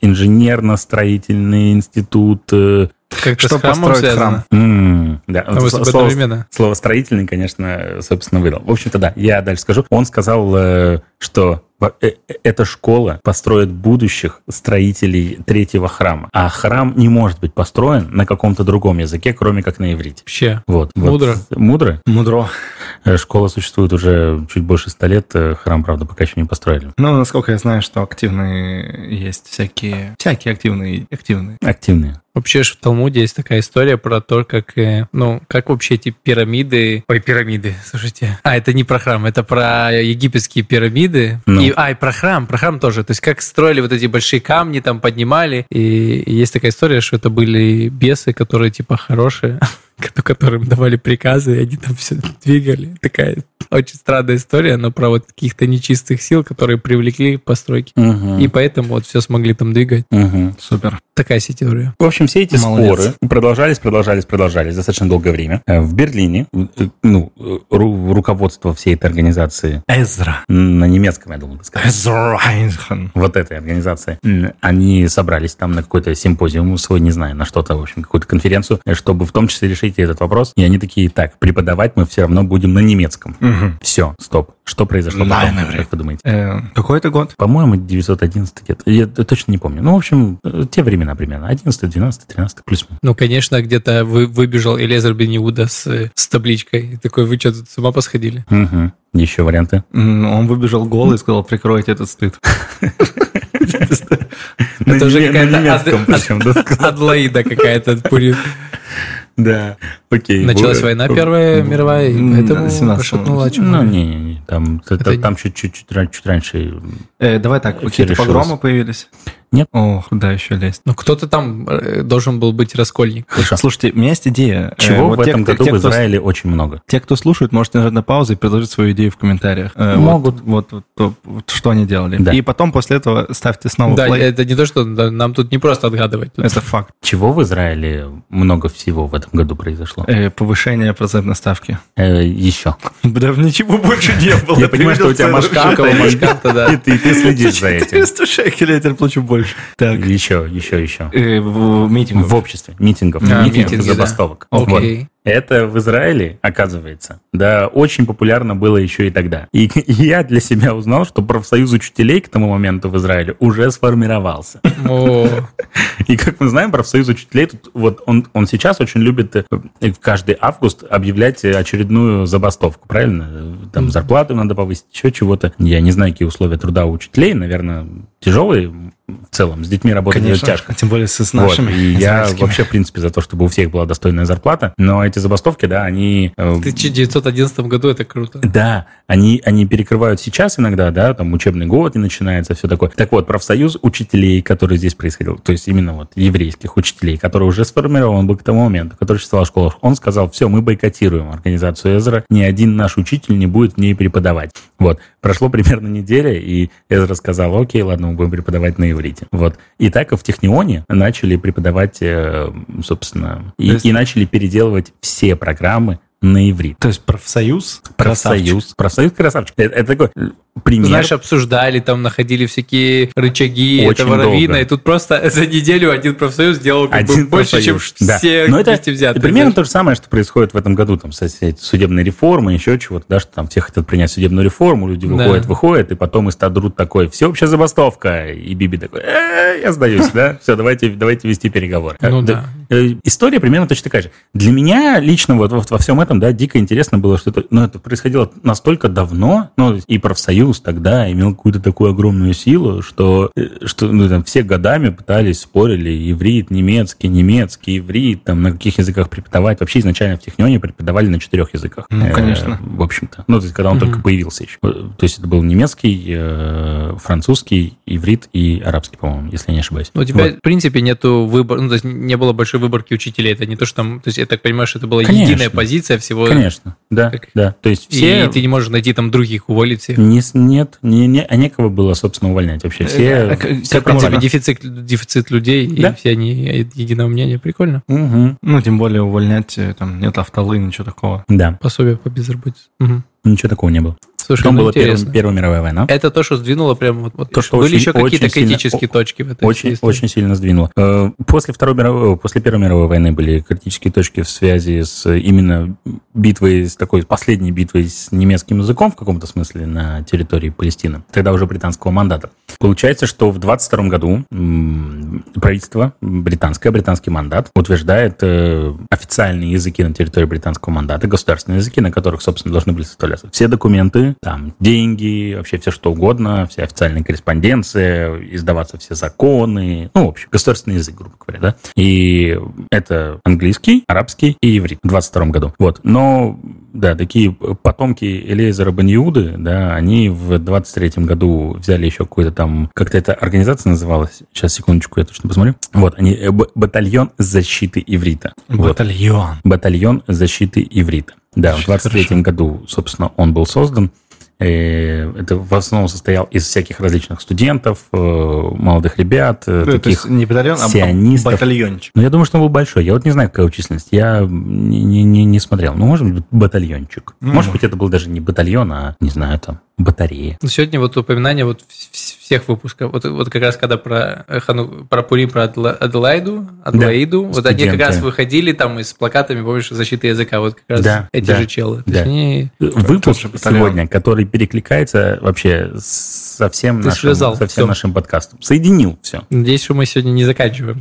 [SPEAKER 1] инженерно-строительный институт. э,
[SPEAKER 3] Как-то
[SPEAKER 2] Что
[SPEAKER 3] с храмом
[SPEAKER 2] построить
[SPEAKER 3] связано.
[SPEAKER 1] м, Да,
[SPEAKER 3] Потому что
[SPEAKER 1] Сло- слово-
[SPEAKER 3] А одновременно.
[SPEAKER 1] Слово «строительный», конечно, э, собственно, выдал. В общем-то, да, я дальше скажу. Он сказал, э, что во- э, э, эта школа построит будущих строителей третьего храма. А храм не может быть построен на каком-то другом языке, кроме как на иврите.
[SPEAKER 3] Вообще.
[SPEAKER 1] Вот, вот.
[SPEAKER 3] Мудро.
[SPEAKER 1] Мудро.
[SPEAKER 2] Мудро.
[SPEAKER 1] Э, Школа существует уже чуть больше ста лет. э, Храм, правда, пока еще не построили.
[SPEAKER 2] Ну, насколько я знаю, что активные есть всякие... Всякие активные... Активные.
[SPEAKER 1] Активные.
[SPEAKER 3] Вообще же в Талмуде есть такая история про то, как, э, ну, как вообще эти пирамиды... Ой, пирамиды, слушайте. А, это не про храм, это про египетские пирамиды.
[SPEAKER 1] Ну.
[SPEAKER 3] И, а, и про храм, про храм тоже. То есть как строили вот эти большие камни, там поднимали. И, и есть такая история, что это были бесы, которые типа хорошие. которым давали приказы, и они там все двигали. Такая очень странная история, но про вот каких-то нечистых сил, которые привлекли к постройке.
[SPEAKER 1] Мгм.
[SPEAKER 3] И поэтому вот все смогли там двигать.
[SPEAKER 1] Мгм.
[SPEAKER 2] Супер.
[SPEAKER 3] Такая сеть теория.
[SPEAKER 1] В общем, все эти
[SPEAKER 2] Молодец.
[SPEAKER 1] споры продолжались, продолжались, продолжались достаточно долгое время. Э, В Берлине, э, э, ну, э, ру- руководство всей этой организации,
[SPEAKER 2] Эзра.
[SPEAKER 1] м, на немецком, я думал бы сказать,
[SPEAKER 2] Эзра Айнхан.
[SPEAKER 1] вот этой организации, м, они собрались там на какой-то симпозиум свой, не знаю, на что-то, в общем, какую-то конференцию, э, чтобы в том числе решить и этот вопрос. И они такие, так, преподавать мы все равно будем на немецком.
[SPEAKER 2] Мгм.
[SPEAKER 1] Все, стоп. Что произошло
[SPEAKER 2] Да,
[SPEAKER 1] потом,
[SPEAKER 2] наверное.
[SPEAKER 1] как вы думаете?
[SPEAKER 2] Э, Какой это год?
[SPEAKER 1] По-моему, 911 где-то. Я т- точно не помню. Ну, в общем, э, те времена примерно. 11, 12, 13, плюс
[SPEAKER 3] Ну, конечно, где-то вы, выбежал Элизар Бен Иуда с, э, с табличкой. И такой, вы что, тут с ума посходили?
[SPEAKER 1] Угу. Еще варианты.
[SPEAKER 2] М, Он выбежал голый и сказал, прикройте этот стыд.
[SPEAKER 3] Это уже какая-то ад-
[SPEAKER 1] причем, да, сказать.
[SPEAKER 3] Адлоида какая-то. пури-
[SPEAKER 1] Да, окей.
[SPEAKER 3] Началась
[SPEAKER 1] Бу-
[SPEAKER 3] война Первая мировая, и
[SPEAKER 2] М,
[SPEAKER 3] поэтому а
[SPEAKER 2] 17-го.
[SPEAKER 3] пошатнула
[SPEAKER 1] Ну,
[SPEAKER 3] чумовая.
[SPEAKER 1] не-не-не, там, т-
[SPEAKER 3] Это
[SPEAKER 1] т- там чуть- чуть чуть ран- чуть раньше.
[SPEAKER 2] Э, Давай так,
[SPEAKER 1] Всё
[SPEAKER 2] какие-то
[SPEAKER 1] решилось.
[SPEAKER 2] погромы появились?
[SPEAKER 1] Нет.
[SPEAKER 2] Ох, да, еще лезть.
[SPEAKER 3] Ну, кто-то там э, должен был быть раскольник.
[SPEAKER 1] Хорошо.
[SPEAKER 2] Слушайте, у меня есть идея. Э,
[SPEAKER 1] Чего
[SPEAKER 2] вот
[SPEAKER 1] в
[SPEAKER 2] те,
[SPEAKER 1] этом
[SPEAKER 2] кто-
[SPEAKER 1] году
[SPEAKER 2] те,
[SPEAKER 1] в
[SPEAKER 2] кто с-
[SPEAKER 1] Израиле очень много.
[SPEAKER 2] Те, кто слушают, можете нажать на паузу и предложить свою идею в комментариях. Э,
[SPEAKER 1] Могут.
[SPEAKER 2] Вот, вот, вот, вот что они делали.
[SPEAKER 1] Да.
[SPEAKER 2] И потом после этого ставьте снова
[SPEAKER 3] Да,
[SPEAKER 2] плей.
[SPEAKER 3] это не то, что да, нам тут не просто отгадывать. Тут
[SPEAKER 2] Это факт.
[SPEAKER 1] Чего в Израиле много всего в этом году произошло?
[SPEAKER 2] Э, повышение процентной ставки.
[SPEAKER 1] Э, Еще.
[SPEAKER 2] Да ничего больше не было.
[SPEAKER 1] Я понимаю, что у тебя машка,
[SPEAKER 3] Шканкова, Машканта,
[SPEAKER 1] И
[SPEAKER 3] да.
[SPEAKER 1] ты ты следишь за этим.
[SPEAKER 2] 400 шекелей, я теперь плачу больше. Так.
[SPEAKER 1] Еще, еще, еще.
[SPEAKER 2] Э, в- в митинг.
[SPEAKER 1] В обществе. Митингов.
[SPEAKER 2] А,
[SPEAKER 1] Митингов и
[SPEAKER 3] митинги, да.
[SPEAKER 1] забастовок. Вот.
[SPEAKER 3] Окей.
[SPEAKER 1] Это в Израиле, оказывается, да, очень популярно было еще и тогда. И, и я для себя узнал, что профсоюз учителей к тому моменту в Израиле уже сформировался.
[SPEAKER 3] О,
[SPEAKER 1] И как мы знаем, профсоюз учителей, тут, вот он, он сейчас очень любит э, в каждый август объявлять э, очередную забастовку, правильно? Э, Там зарплату надо повысить, еще чего-то. Я не знаю, какие условия труда у учителей, наверное, тяжелые м, в целом. С детьми работать
[SPEAKER 2] Конечно.
[SPEAKER 1] тяжко.
[SPEAKER 2] Тем более с, с
[SPEAKER 1] Вот,
[SPEAKER 2] нашими.
[SPEAKER 1] и я
[SPEAKER 2] израильскими.
[SPEAKER 1] вообще, в принципе, за то, чтобы у всех была достойная зарплата. Но эти забастовки, да, они... э,
[SPEAKER 3] в 1911 году это круто.
[SPEAKER 1] Да, они, они перекрывают сейчас иногда, да, там учебный год не начинается, все такое. Так вот, профсоюз учителей, который здесь происходил, то есть именно вот еврейских учителей, который уже сформирован был к тому моменту, который существовал в школах, он сказал, все, мы бойкотируем организацию Эзра, ни один наш учитель не будет в ней преподавать. Вот, прошло примерно неделя, и Эзра сказал, окей, ладно, мы будем преподавать на иврите. Вот, и так и в Технионе начали преподавать, э, собственно, и,
[SPEAKER 2] То есть-
[SPEAKER 1] и начали переделывать все программы на иврит.
[SPEAKER 2] То есть профсоюз?
[SPEAKER 1] Профсоюз. Профсоюз красавчик. Это, это такой э, пример.
[SPEAKER 3] Знаешь, обсуждали, там находили всякие рычаги,
[SPEAKER 1] Очень
[SPEAKER 3] это воровина,
[SPEAKER 1] долго.
[SPEAKER 3] и тут просто за неделю один профсоюз сделал как бы
[SPEAKER 1] Один
[SPEAKER 3] больше, чем
[SPEAKER 1] профсоюз. Да.
[SPEAKER 3] все
[SPEAKER 1] Но это
[SPEAKER 3] вместе взятые.
[SPEAKER 1] примерно
[SPEAKER 3] знаешь.
[SPEAKER 1] то же самое, что происходит в этом году, там, со всей судебной реформы, еще чего-то, да, что там все хотят принять судебную реформу, люди
[SPEAKER 3] Да.
[SPEAKER 1] выходят, выходят, и потом эстадрут такой, всеобщая забастовка, и Биби такой, «Э, я сдаюсь, да, все, давайте, давайте вести переговоры.
[SPEAKER 3] Ну
[SPEAKER 1] Э,
[SPEAKER 3] да.
[SPEAKER 1] э, История примерно точно такая же. Для меня лично вот, вот во всем этом, да, дико интересно было, что это, ну, это происходило настолько давно, ну, и профсоюз тогда имел какую-то такую огромную силу, что, э, что ну, там, все годами пытались, спорили, иврит, немецкий, немецкий, иврит, там, на каких языках преподавать. Вообще изначально в Технионе преподавали на четырех языках.
[SPEAKER 2] Ну,
[SPEAKER 1] Э,
[SPEAKER 2] конечно.
[SPEAKER 1] в общем-то. Ну, то есть, когда он
[SPEAKER 3] Мгм.
[SPEAKER 1] только появился еще. Э, То есть, это был немецкий, э, французский, иврит и арабский, по-моему, если я не ошибаюсь.
[SPEAKER 3] Ну, У тебя,
[SPEAKER 1] Вот.
[SPEAKER 3] в принципе, нету выбора, ну, то есть не было большой выборки учителей. Это не то, что там, то есть, я так понимаю, что это была
[SPEAKER 1] Конечно.
[SPEAKER 3] единая позиция всего.
[SPEAKER 1] Конечно, да,
[SPEAKER 3] типа, Как-
[SPEAKER 1] да. То есть, все...
[SPEAKER 3] И ты не можешь найти там других, уволить всех.
[SPEAKER 1] Не с- нет, не, не- а некого было, собственно, увольнять вообще.
[SPEAKER 2] Э, а
[SPEAKER 1] Все,
[SPEAKER 2] как-
[SPEAKER 1] все
[SPEAKER 2] как можно?
[SPEAKER 1] пропали.
[SPEAKER 3] Типа дефицит, дефицит людей,
[SPEAKER 1] Да.
[SPEAKER 3] и все они единого мнения. Прикольно.
[SPEAKER 1] Мгм.
[SPEAKER 2] Ну, тем более увольнять, э, там нет автолы, ничего такого.
[SPEAKER 1] Да,
[SPEAKER 3] Пособие по безработице. Мгм.
[SPEAKER 1] ничего такого не было.
[SPEAKER 3] Слушай,
[SPEAKER 1] Потом
[SPEAKER 3] ну
[SPEAKER 1] была Пер-
[SPEAKER 3] интересно.
[SPEAKER 1] Первая, мировая война.
[SPEAKER 3] Это то, что сдвинуло прям вот, вот
[SPEAKER 1] То, что
[SPEAKER 3] были
[SPEAKER 1] очень-
[SPEAKER 3] еще какие-то
[SPEAKER 1] очень сильно-
[SPEAKER 3] критические
[SPEAKER 1] о-
[SPEAKER 3] точки в этой
[SPEAKER 1] Очень,
[SPEAKER 3] истории?
[SPEAKER 1] очень сильно сдвинуло. Э, После Второй мировой, о, после Первой мировой войны были критические точки в связи с э, именно битвой, с такой последней битвой с немецким языком в каком-то смысле на территории Палестины, тогда уже британского мандата. Получается, что в 22 году м, правительство британское, британский мандат, утверждает э, официальные языки на территории британского мандата, государственные языки, на которых, собственно, должны были составляться все документы,
[SPEAKER 2] Мгм.
[SPEAKER 1] Там деньги, вообще все что угодно, вся официальная корреспонденция, издаваться все законы. Ну, в общем, государственный язык, грубо говоря, да. И это английский, арабский и еврей в 22 году. Вот. Но, да, такие потомки Элейзера Баниуды, да, они в 23 году взяли еще какую-то там, как-то эта организация называлась, сейчас, секундочку, я точно посмотрю. Вот, они, э, б- батальон защиты иврита. Вот.
[SPEAKER 2] Батальон.
[SPEAKER 1] Батальон защиты иврита. Да, в
[SPEAKER 2] Очень
[SPEAKER 1] 23
[SPEAKER 2] хорошо.
[SPEAKER 1] году, собственно, он был создан. Э, Это в основном состоял из всяких различных студентов, э, молодых ребят, э,
[SPEAKER 2] Ну, то
[SPEAKER 1] таких.
[SPEAKER 2] есть не батальон, а
[SPEAKER 1] сионистов.
[SPEAKER 2] батальончик.
[SPEAKER 1] Ну, я думаю, что он был большой. Я вот не знаю, какая его численность. Я не, не- не- не смотрел. Ну, может быть, батальончик.
[SPEAKER 2] Ну,
[SPEAKER 1] Может
[SPEAKER 2] может.
[SPEAKER 1] быть, это был даже не батальон, а, не знаю, там, батарея.
[SPEAKER 3] Ну, Сегодня вот упоминание вот вс- вс- всех выпусков. Вот, вот как раз когда про, э, Хану, про Пури, про Адла- Аделаиду, Аделаиду вот они как
[SPEAKER 1] студенты.
[SPEAKER 3] раз выходили там и с плакатами, помнишь, защиты языка, вот как раз
[SPEAKER 1] Да,
[SPEAKER 3] эти
[SPEAKER 1] да,
[SPEAKER 3] же челы. То
[SPEAKER 1] да.
[SPEAKER 3] есть они-
[SPEAKER 1] Выпуск
[SPEAKER 2] же батальон.
[SPEAKER 1] сегодня, который перекликается вообще со всем,
[SPEAKER 3] Ты
[SPEAKER 1] нашим,
[SPEAKER 3] связал
[SPEAKER 1] со всем
[SPEAKER 3] всё.
[SPEAKER 1] нашим подкастом. Соединил все.
[SPEAKER 3] Надеюсь, что мы сегодня не заканчиваем.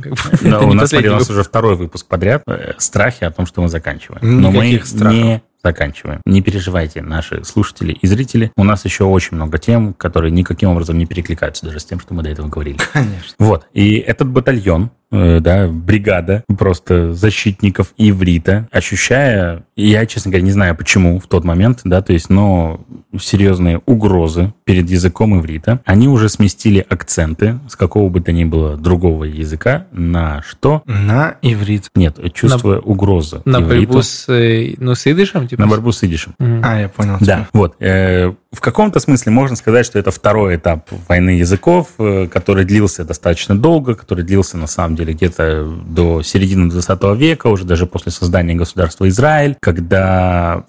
[SPEAKER 3] Как бы.
[SPEAKER 1] Но Ну, у
[SPEAKER 3] Это не
[SPEAKER 1] нас, смотри,
[SPEAKER 3] последний
[SPEAKER 1] у нас
[SPEAKER 3] выпуск.
[SPEAKER 1] уже второй выпуск подряд. э, Страхи о том, что мы заканчиваем. Но мы
[SPEAKER 2] Никаких страхов.
[SPEAKER 1] не заканчиваем. Не переживайте, наши слушатели и зрители. У нас еще очень много тем, которые никаким образом не перекликаются даже с тем, что мы до этого говорили.
[SPEAKER 2] Конечно.
[SPEAKER 1] Вот. И этот батальон, э, да, бригада просто защитников иврита, ощущая, я, честно говоря, не знаю почему в тот момент, да, то есть, но серьезные угрозы перед языком иврита, они уже сместили акценты с какого бы то ни было другого языка на что?
[SPEAKER 2] На иврит.
[SPEAKER 1] Нет, чувство угрозы
[SPEAKER 3] На
[SPEAKER 1] ивриту.
[SPEAKER 3] борьбу с, э, ну, с идышем, типа?
[SPEAKER 1] на борьбу с идишем.
[SPEAKER 3] Мгм.
[SPEAKER 2] А, я понял.
[SPEAKER 1] Да, вот. э, в каком-то смысле можно сказать, что это второй этап войны языков, э, который длился достаточно долго, который длился, на самом деле, где-то до середины 20 века, уже даже после создания государства Израиль, когда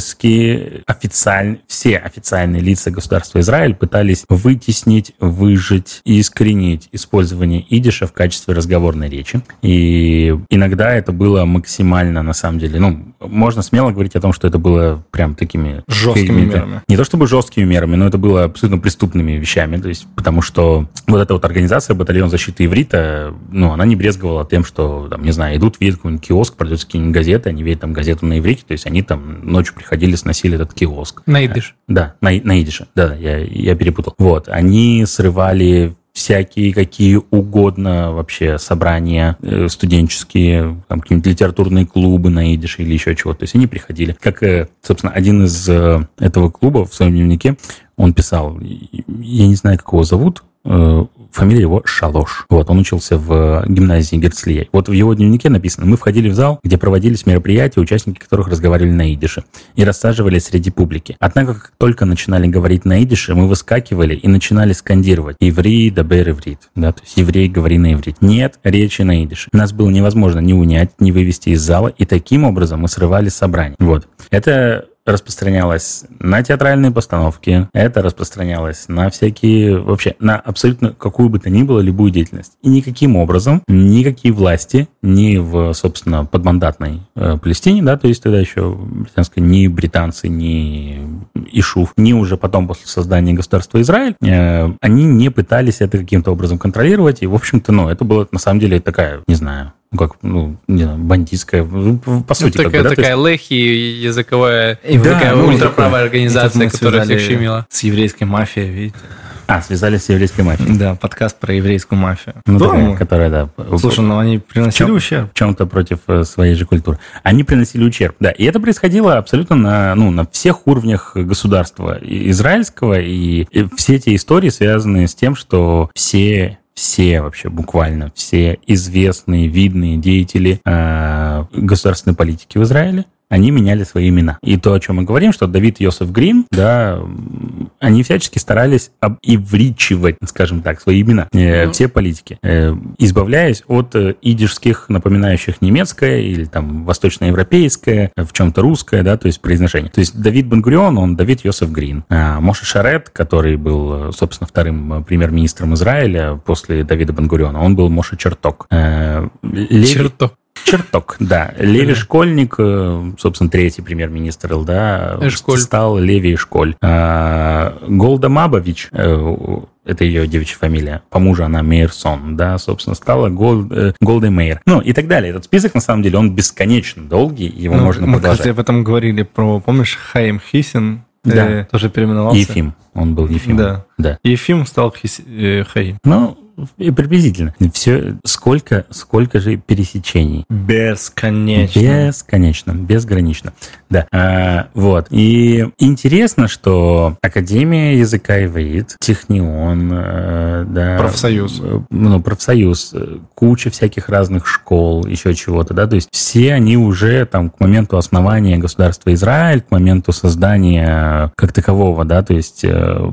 [SPEAKER 1] всячески официально, все официальные лица государства Израиль пытались вытеснить, выжить и искоренить использование идиша в качестве разговорной речи. И иногда это было максимально, на самом деле, ну, можно смело говорить о том, что это было прям такими
[SPEAKER 2] Жесткими
[SPEAKER 1] какими-то-
[SPEAKER 2] мерами.
[SPEAKER 1] Не то чтобы жесткими мерами, но это было абсолютно преступными вещами, то есть потому что вот эта вот организация, батальон защиты иврита, ну, она не брезговала тем, что, там, не знаю, идут, видят какой-нибудь киоск, продаются какие-нибудь газеты, они видят там газету на иврите, то есть они там ночью приходили, сносили этот киоск.
[SPEAKER 3] На идыш.
[SPEAKER 1] Да, на, на идише. Да, да, я, я перепутал. Вот, они срывали всякие какие угодно вообще собрания э, студенческие, там какие-нибудь литературные клубы на идише или еще чего. То есть они приходили. Как, э, собственно, один из э, этого клуба в своем дневнике, он писал, и- я не знаю, как его зовут, э, фамилия его Шалош. Вот, он учился в э, гимназии Герцлия. Вот в его дневнике написано, мы входили в зал, где проводились мероприятия, участники которых разговаривали на идише и рассаживались среди публики. Однако, как только начинали говорить на идише, мы выскакивали и начинали скандировать «Еврей, дабер, иврит». Да, то есть «Еврей, говори на иврит». Нет речи на идише. Нас было невозможно ни унять, ни вывести из зала, и таким образом мы срывали собрание. Вот. Это распространялось на театральные постановки, это распространялось на всякие, вообще, на абсолютно какую бы то ни было любую деятельность. И никаким образом, никакие власти, ни в, собственно, подмандатной э, Палестине, да, то есть тогда еще британской, ни британцы, ни Ишуф, ни уже потом после создания государства Израиль, э, они не пытались это каким-то образом контролировать, и, в общем-то, ну, это было, на самом деле, такая, не знаю, ну, как, ну, не знаю, бандитская, ну, по
[SPEAKER 3] Ну,
[SPEAKER 1] сути, как бы,
[SPEAKER 3] такая,
[SPEAKER 1] да, то есть-
[SPEAKER 3] такая лехи языковая,
[SPEAKER 2] И вот
[SPEAKER 3] такая
[SPEAKER 2] такая, ну,
[SPEAKER 3] ультраправая
[SPEAKER 2] такое.
[SPEAKER 3] организация,
[SPEAKER 2] И тут мы
[SPEAKER 3] которая всех
[SPEAKER 2] связали
[SPEAKER 3] щемила.
[SPEAKER 2] С еврейской мафией, видите?
[SPEAKER 1] А, связались с еврейской мафией.
[SPEAKER 2] Да, подкаст про еврейскую мафию.
[SPEAKER 1] Ну,
[SPEAKER 2] Да,
[SPEAKER 1] такая,
[SPEAKER 2] ну,
[SPEAKER 1] которая, да,
[SPEAKER 2] Слушай, ну они приносили
[SPEAKER 1] Чё?
[SPEAKER 2] ущерб.
[SPEAKER 1] в чем-то против э, своей же культуры. Они приносили ущерб, да. И это происходило абсолютно на, ну, на всех уровнях государства и- израильского, и, и все эти истории связаны с тем, что все все вообще буквально все известные видные деятели э, государственной политики в Израиле они меняли свои имена. И то, о чем мы говорим, что Давид и Йосеф Грин, да, м, они всячески старались обивричивать, скажем так, свои имена, э,
[SPEAKER 3] Ну.
[SPEAKER 1] все политики, э, избавляясь от э, идишских, напоминающих немецкое или там восточноевропейское, в чем-то русское, да, то есть произношение. То есть Давид Бангурион, он Давид Йосеф Грин. А Моше Шарет, который был, э, собственно, вторым э, премьер-министром Израиля после Давида Бангуриона, он был Моше Черток. Э, Леви-
[SPEAKER 3] Черток.
[SPEAKER 1] Черток, да. Леви
[SPEAKER 3] Да.
[SPEAKER 1] Школьник, э, собственно, третий премьер-министр ЛДА, э,
[SPEAKER 3] Эшколь.
[SPEAKER 1] стал Леви Школь. Голда Мабович, э, это ее девичья фамилия, по мужу она Мейерсон, да, собственно, стала Гол- э, Голдой Мейер. Ну и так далее. Этот список, на самом деле, он бесконечно долгий, его
[SPEAKER 2] Ну,
[SPEAKER 1] можно
[SPEAKER 2] мы,
[SPEAKER 1] продолжать.
[SPEAKER 2] кстати, об этом говорили про, помнишь, Хаим Хисин,
[SPEAKER 1] Да.
[SPEAKER 2] э, тоже переименовался.
[SPEAKER 1] Ефим. Он был Ефим.
[SPEAKER 2] Да.
[SPEAKER 1] Да.
[SPEAKER 2] Ефим стал Хис- э, Хаим.
[SPEAKER 1] Ну, и приблизительно. Все, сколько, сколько же пересечений?
[SPEAKER 2] Бесконечно.
[SPEAKER 1] Бесконечно, безгранично. Да, А, вот. И интересно, что Академия языка иврит, Технион, э, да.
[SPEAKER 2] Профсоюз.
[SPEAKER 1] э, Ну, профсоюз, э, куча всяких разных школ, еще чего-то, да, то есть все они уже там к моменту основания государства Израиль, к моменту создания как такового, да, то есть э,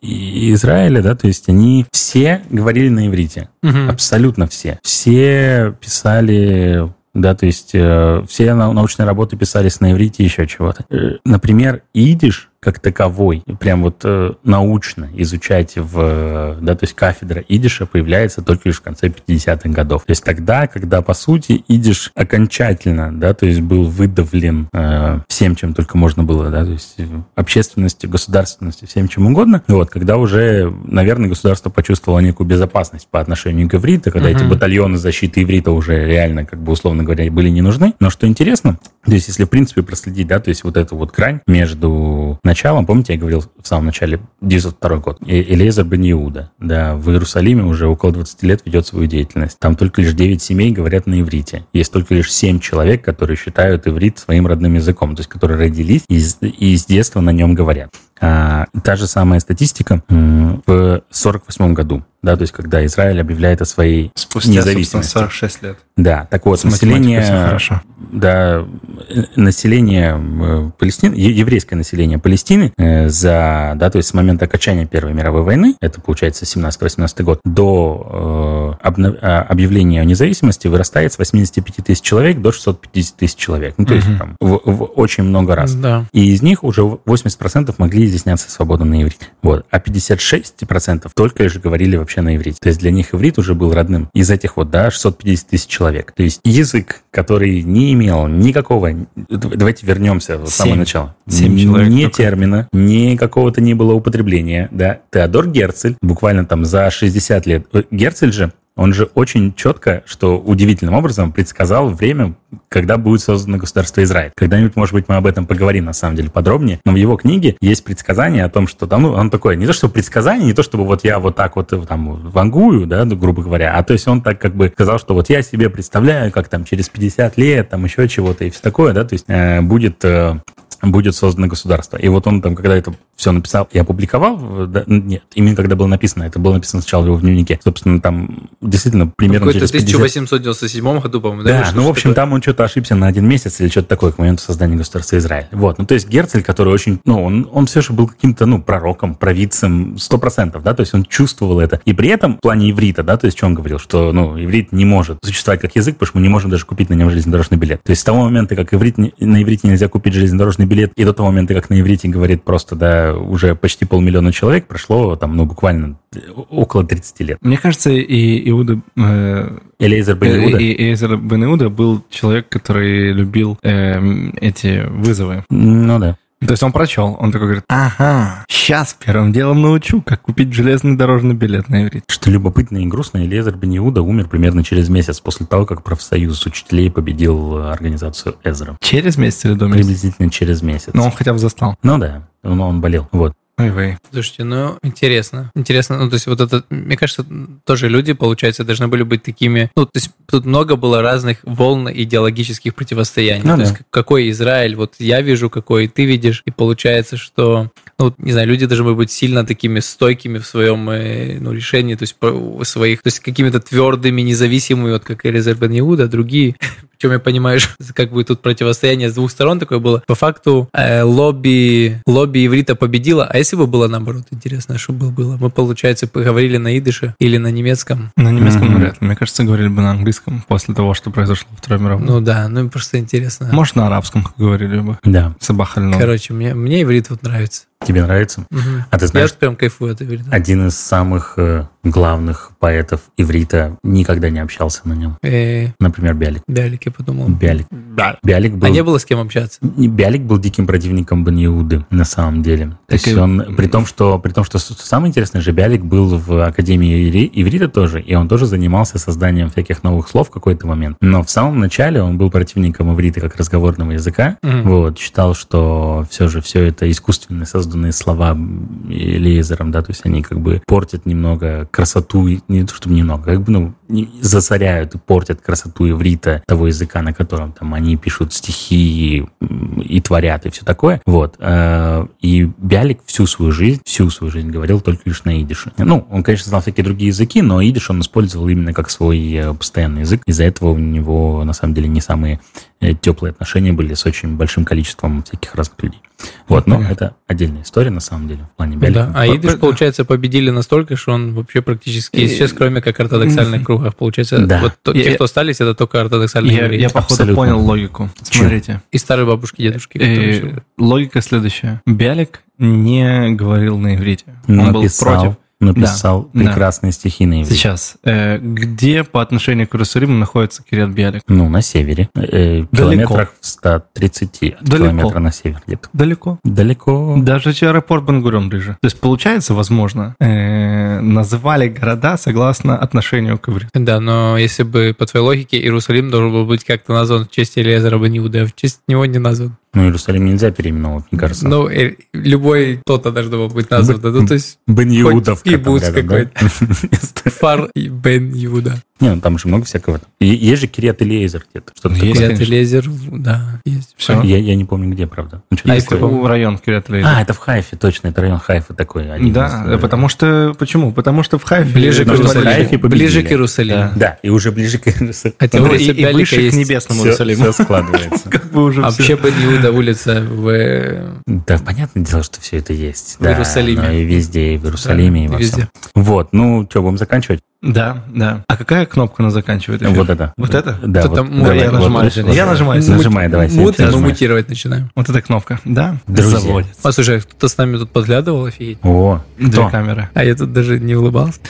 [SPEAKER 1] и- Израиля, да, то есть они все говорили на иврите.
[SPEAKER 3] Мгм.
[SPEAKER 1] Абсолютно все. Все писали, да, то есть э, все нау- научные работы писались на иврите, еще чего-то. Э, например, идиш как таковой, прям вот э, научно изучать в, э, да, то есть кафедра идиша появляется только лишь в конце 50-х годов. То есть тогда, когда, по сути, идиш окончательно, да, то есть был выдавлен э, всем, чем только можно было, да, то есть э, общественностью, государственностью, всем чем угодно. Вот, когда уже, наверное, государство почувствовало некую безопасность по отношению к ивриту, когда эти
[SPEAKER 3] Мгм.
[SPEAKER 1] батальоны защиты иврита уже реально, как бы условно говоря, были не нужны. Но что интересно, то есть если в принципе проследить, да, то есть вот эту вот грань между началом, помните, я говорил в самом начале, 92 год, Э- Элиэзер бен Иуда, да, в Иерусалиме уже около 20 лет ведет свою деятельность. Там только лишь 9 семей говорят на иврите. Есть только лишь 7 человек, которые считают иврит своим родным языком, то есть которые родились и с- и с детства на нем говорят. А, та же самая статистика м, в 48 году, да, то есть когда Израиль объявляет о своей
[SPEAKER 2] Спустя, собственно,
[SPEAKER 1] Независимости.
[SPEAKER 2] 46 лет.
[SPEAKER 1] да, так вот,
[SPEAKER 2] С математикой
[SPEAKER 1] население,
[SPEAKER 2] всё хорошо.
[SPEAKER 1] да, э, население э, Палестины, е- еврейское население Палестины э, за, да, то есть с момента окончания Первой мировой войны, это получается 17-18 год, до э, обна- а, объявления о независимости вырастает с 85 тысяч человек до 650 тысяч человек. Ну, то есть
[SPEAKER 2] Мгм.
[SPEAKER 1] там в- в очень много раз.
[SPEAKER 3] Да.
[SPEAKER 1] И из них уже 80% могли изъясняться свободно на иврите. Вот. А 56% только лишь говорили вообще на иврите. То есть для них иврит уже был родным из этих вот, да, 650 тысяч человек. То есть язык, который не имел никакого... Д- Давайте вернемся в самое
[SPEAKER 2] Семь.
[SPEAKER 1] начало.
[SPEAKER 2] Семь человек
[SPEAKER 1] Ни
[SPEAKER 2] только.
[SPEAKER 1] термина, ни какого-то ни было употребления, да. Теодор Герцель буквально там за 60 лет. Э, Герцель же он же очень четко, что удивительным образом, предсказал время, когда будет создано государство Израиль. Когда-нибудь, может быть, мы об этом поговорим, на самом деле, подробнее. Но в его книге есть предсказание о том, что там, ну, он такое, не то что предсказание, не то чтобы вот я вот так вот э, там вангую, да, ну, грубо говоря, а то есть он так как бы сказал, что вот я себе представляю, как там через 50 лет, там еще чего-то и все такое, да, то есть э, будет э, будет создано государство. И вот он там, когда это все написал и опубликовал, в- да, нет, именно когда было написано, это было написано сначала в его дневнике. Собственно, там действительно примерно
[SPEAKER 3] Какой-то
[SPEAKER 1] через 50
[SPEAKER 3] 1897 году, по-моему,
[SPEAKER 1] да,
[SPEAKER 3] вышло
[SPEAKER 1] ну, в общем,
[SPEAKER 3] что-то?
[SPEAKER 1] там он что-то ошибся на один месяц или что-то такое к моменту создания государства Израиль. Вот, ну, то есть Герцель, который очень, ну, он, он все же был каким-то, ну, пророком, провидцем, сто процентов, да, то есть он чувствовал это. И при этом в плане иврита, да, то есть что он говорил, что, ну, иврит не может существовать как язык, потому что мы не можем даже купить на нем железнодорожный билет. То есть с того момента, как иврит, не- на иврите нельзя купить железнодорожный билет, и до того момента, как на иврите говорит просто, да, уже почти полмиллиона человек, прошло там, ну, буквально э, около 30 лет.
[SPEAKER 2] Мне кажется, и Иуда... э,
[SPEAKER 1] Элейзер
[SPEAKER 2] э,
[SPEAKER 1] бен Иуда.
[SPEAKER 2] И, и Эйзер бен Иуда был человек, который любил эм, эти вызовы.
[SPEAKER 1] Ну да.
[SPEAKER 2] То есть он прочел, он такой говорит, ага, сейчас первым делом научу, как купить железный дорожный билет на иврит.
[SPEAKER 1] Что любопытно и грустно, Элиезер Бен Иуда умер примерно через месяц после того, как профсоюз учителей победил э, организацию Эзра.
[SPEAKER 2] Через месяц или до месяца?
[SPEAKER 1] Приблизительно через месяц.
[SPEAKER 2] Но он хотя бы застал.
[SPEAKER 1] Ну да, он, он болел. Вот.
[SPEAKER 2] Ой, вы.
[SPEAKER 3] Слушайте, ну, интересно. Интересно, ну, то есть вот это, мне кажется, тоже люди, получается, должны были быть такими... Ну, то есть тут много было разных волн идеологических противостояний.
[SPEAKER 1] Ну
[SPEAKER 3] то есть
[SPEAKER 1] да.
[SPEAKER 3] к- какой Израиль, вот я вижу, какой ты видишь, и получается, что, ну, вот, не знаю, люди должны быть сильно такими стойкими в своем э, ну, решении, то есть по- у своих, то есть какими-то твердыми, независимыми, вот как Элизар Бен Иуда, а другие. Причем я понимаю, что как бы тут противостояние с двух сторон такое было. По факту э, лобби, лобби иврита победило, а если бы было наоборот, интересно, что бы было? Мы, получается, поговорили на идыше или на немецком.
[SPEAKER 2] На немецком
[SPEAKER 1] Мгм.
[SPEAKER 2] вряд ли. Мне кажется, говорили бы на английском после того, что произошло в Второй мировой.
[SPEAKER 3] Ну да, ну просто интересно.
[SPEAKER 2] Может, на арабском говорили бы.
[SPEAKER 1] Да.
[SPEAKER 2] Собахальном.
[SPEAKER 3] Короче, мне, мне иврит вот нравится.
[SPEAKER 1] Тебе нравится?
[SPEAKER 3] Мгм.
[SPEAKER 1] А ты
[SPEAKER 3] Я
[SPEAKER 1] знаешь, а
[SPEAKER 3] вот прям кайфую от иврита.
[SPEAKER 1] один из самых э, главных поэтов иврита никогда не общался на нем.
[SPEAKER 3] Э,
[SPEAKER 1] Например, Бялик.
[SPEAKER 3] Далек, я подумал.
[SPEAKER 1] Бялик.
[SPEAKER 2] Да.
[SPEAKER 1] Бялик был...
[SPEAKER 3] А не было с кем общаться.
[SPEAKER 1] Не, Биалик был диким противником Бен Иуды, на самом деле. То
[SPEAKER 2] Так
[SPEAKER 1] есть
[SPEAKER 2] и-
[SPEAKER 1] он, при том, что, при том, что с- самое интересное же, Биалик был в Академии Ири- Иврита тоже, и он тоже занимался созданием всяких новых слов в какой-то момент. Но в самом начале он был противником Иврита как разговорного языка,
[SPEAKER 3] Мгм.
[SPEAKER 1] вот, считал, что все же все это искусственно созданные слова лезером, да, то есть они как бы портят немного красоту, и- не то чтобы немного, как бы, ну, не- засоряют и портят красоту иврита, того языка, на котором там они пишут стихи и, м, и творят, и все такое, вот. Э, И Бялик всю свою жизнь, всю свою жизнь говорил только лишь на идише. Ну, он, конечно, знал всякие другие языки, но идиш он использовал именно как свой э, постоянный язык, из-за этого у него, на самом деле, не самые теплые отношения были с очень большим количеством всяких разных людей. Вот, но
[SPEAKER 2] Понятно.
[SPEAKER 1] это отдельная история, на самом деле, в плане
[SPEAKER 3] Да.
[SPEAKER 1] Бялика.
[SPEAKER 3] А
[SPEAKER 2] По-
[SPEAKER 3] Идыш,
[SPEAKER 2] по-
[SPEAKER 3] получается, победили настолько, что он вообще практически
[SPEAKER 2] И-
[SPEAKER 3] сейчас, кроме как ортодоксальных кругах, получается,
[SPEAKER 1] Да.
[SPEAKER 3] вот то- те,
[SPEAKER 2] Я-
[SPEAKER 3] кто остались, это только ортодоксальные
[SPEAKER 2] Я,
[SPEAKER 3] евреи.
[SPEAKER 2] я, походу,
[SPEAKER 1] Абсолютно.
[SPEAKER 2] понял логику.
[SPEAKER 1] Чё?
[SPEAKER 2] Смотрите.
[SPEAKER 3] И старые бабушки, дедушки. которые
[SPEAKER 2] Э,
[SPEAKER 3] еще-
[SPEAKER 2] логика следующая. Бялик не говорил на иврите. Он был против.
[SPEAKER 1] написал
[SPEAKER 2] Да, да.
[SPEAKER 1] прекрасные стихи на иврите.
[SPEAKER 2] Сейчас. э, где по отношению к Иерусалиму находится Кирят Бялик?
[SPEAKER 1] Ну, на севере. Э, Километрах в 130 от
[SPEAKER 2] Далеко.
[SPEAKER 1] километра на север где-то.
[SPEAKER 2] Далеко.
[SPEAKER 1] Далеко.
[SPEAKER 2] Даже через аэропорт Бангурем ближе. То есть, получается, возможно, э, называли города согласно отношению к ивриту.
[SPEAKER 3] Да, но если бы по твоей логике Иерусалим должен был быть как-то назван в честь Элиазера Бен Иуды, а в честь него не назван.
[SPEAKER 1] Ну, Иерусалим нельзя переименовывать, мне кажется.
[SPEAKER 3] Ну, э, любой кто-то должен был быть назван. да, Ну, то есть
[SPEAKER 1] Бен Иудов.
[SPEAKER 3] хоть кибуц
[SPEAKER 1] какой-то.
[SPEAKER 3] Фар и Бен Иуда.
[SPEAKER 1] Не, ну там же много всякого. И- Есть же Кирят Элиезер где-то. Что-то
[SPEAKER 2] Ну,
[SPEAKER 1] такое.
[SPEAKER 2] есть,
[SPEAKER 3] Кирят
[SPEAKER 2] конечно.
[SPEAKER 3] Элиазер, да, есть.
[SPEAKER 2] Всё.
[SPEAKER 1] Я я не помню, где, правда. Ну, что-то
[SPEAKER 3] А
[SPEAKER 2] Есть
[SPEAKER 3] если
[SPEAKER 1] такое.
[SPEAKER 2] такой район Кирят Лейзер.
[SPEAKER 1] А, это в Хайфе, точно, это район Хайфа такой. один
[SPEAKER 2] Да,
[SPEAKER 1] из, э,
[SPEAKER 2] потому что... Почему? Потому что в Хайфе...
[SPEAKER 3] Ближе к
[SPEAKER 1] Потому что Хайфе
[SPEAKER 3] Иерусалиму.
[SPEAKER 1] победили.
[SPEAKER 3] Ближе к Иерусалиму.
[SPEAKER 2] Да.
[SPEAKER 1] Да, и уже ближе к Иерусалиму.
[SPEAKER 3] Хотя
[SPEAKER 2] Ну,
[SPEAKER 3] у
[SPEAKER 2] и, и
[SPEAKER 3] Собялика
[SPEAKER 2] выше к
[SPEAKER 3] есть
[SPEAKER 2] небесному
[SPEAKER 1] все,
[SPEAKER 2] Иерусалиму.
[SPEAKER 1] складывается.
[SPEAKER 2] Как бы уже
[SPEAKER 3] А
[SPEAKER 2] всё.
[SPEAKER 3] вообще Бен Иуда улица в... э,
[SPEAKER 1] Да, понятное дело, что все это есть.
[SPEAKER 3] В
[SPEAKER 1] да,
[SPEAKER 3] Иерусалиме.
[SPEAKER 1] но и везде, и в Иерусалиме, и
[SPEAKER 3] да,
[SPEAKER 1] во
[SPEAKER 3] везде.
[SPEAKER 1] всем. Вот, ну что, будем заканчивать?
[SPEAKER 2] Да, да. А какая кнопка она заканчивает эфир?
[SPEAKER 1] Ну, Вот это.
[SPEAKER 2] Вот это?
[SPEAKER 1] Да,
[SPEAKER 3] Кто
[SPEAKER 1] вот,
[SPEAKER 3] там-
[SPEAKER 1] давай,
[SPEAKER 2] я
[SPEAKER 1] вот,
[SPEAKER 2] нажимаю.
[SPEAKER 1] вот, вот.
[SPEAKER 2] Я нажимаю.
[SPEAKER 1] Ну, Нажимай, давай, Сергей,
[SPEAKER 3] мут-
[SPEAKER 1] ты
[SPEAKER 3] мы
[SPEAKER 1] нажимай.
[SPEAKER 3] мутировать начинаем.
[SPEAKER 2] Вот эта кнопка, да?
[SPEAKER 1] Друзья.
[SPEAKER 2] Заводит.
[SPEAKER 3] Послушай, кто-то с нами тут подглядывал, офигеть.
[SPEAKER 1] О,
[SPEAKER 2] Две
[SPEAKER 1] кто?
[SPEAKER 2] камеры.
[SPEAKER 3] А я тут даже не улыбался.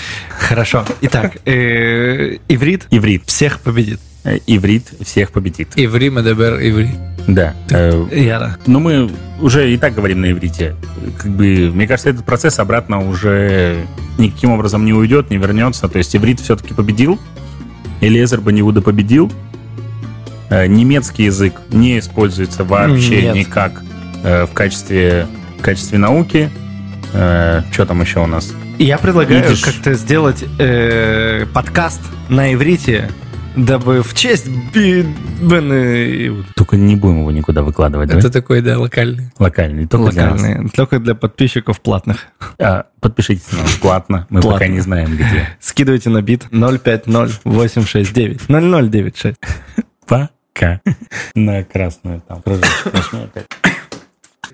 [SPEAKER 2] Хорошо. Итак, э, иврит
[SPEAKER 1] Иврит.
[SPEAKER 2] всех победит.
[SPEAKER 1] Э, Иврит всех победит.
[SPEAKER 3] Иври, Медебер, Иври.
[SPEAKER 1] Да. э,
[SPEAKER 2] Яра.
[SPEAKER 1] Но мы уже и так говорим на иврите. Как бы, мне кажется, этот процесс обратно уже никаким образом не уйдет, не вернется. То есть иврит все-таки победил. Элизар Баниуда победил. Э, Немецкий язык не используется вообще
[SPEAKER 2] Нет.
[SPEAKER 1] никак э, в качестве, в качестве науки. Что там еще у нас?
[SPEAKER 2] Я предлагаю
[SPEAKER 1] Идиш.
[SPEAKER 2] как-то сделать э, подкаст на иврите, дабы в честь Би- Бена Иуд.
[SPEAKER 1] Только не будем его никуда выкладывать,
[SPEAKER 3] Это такой, да, локальный.
[SPEAKER 1] да? Локальный, только для нас.
[SPEAKER 2] Локальные. Только для подписчиков платных.
[SPEAKER 1] А, подпишитесь на нас платно, мы
[SPEAKER 2] Платно.
[SPEAKER 1] пока не знаем где.
[SPEAKER 2] Скидывайте на бит 050869 0096.
[SPEAKER 1] Пока. На красную там кружочек нажми опять.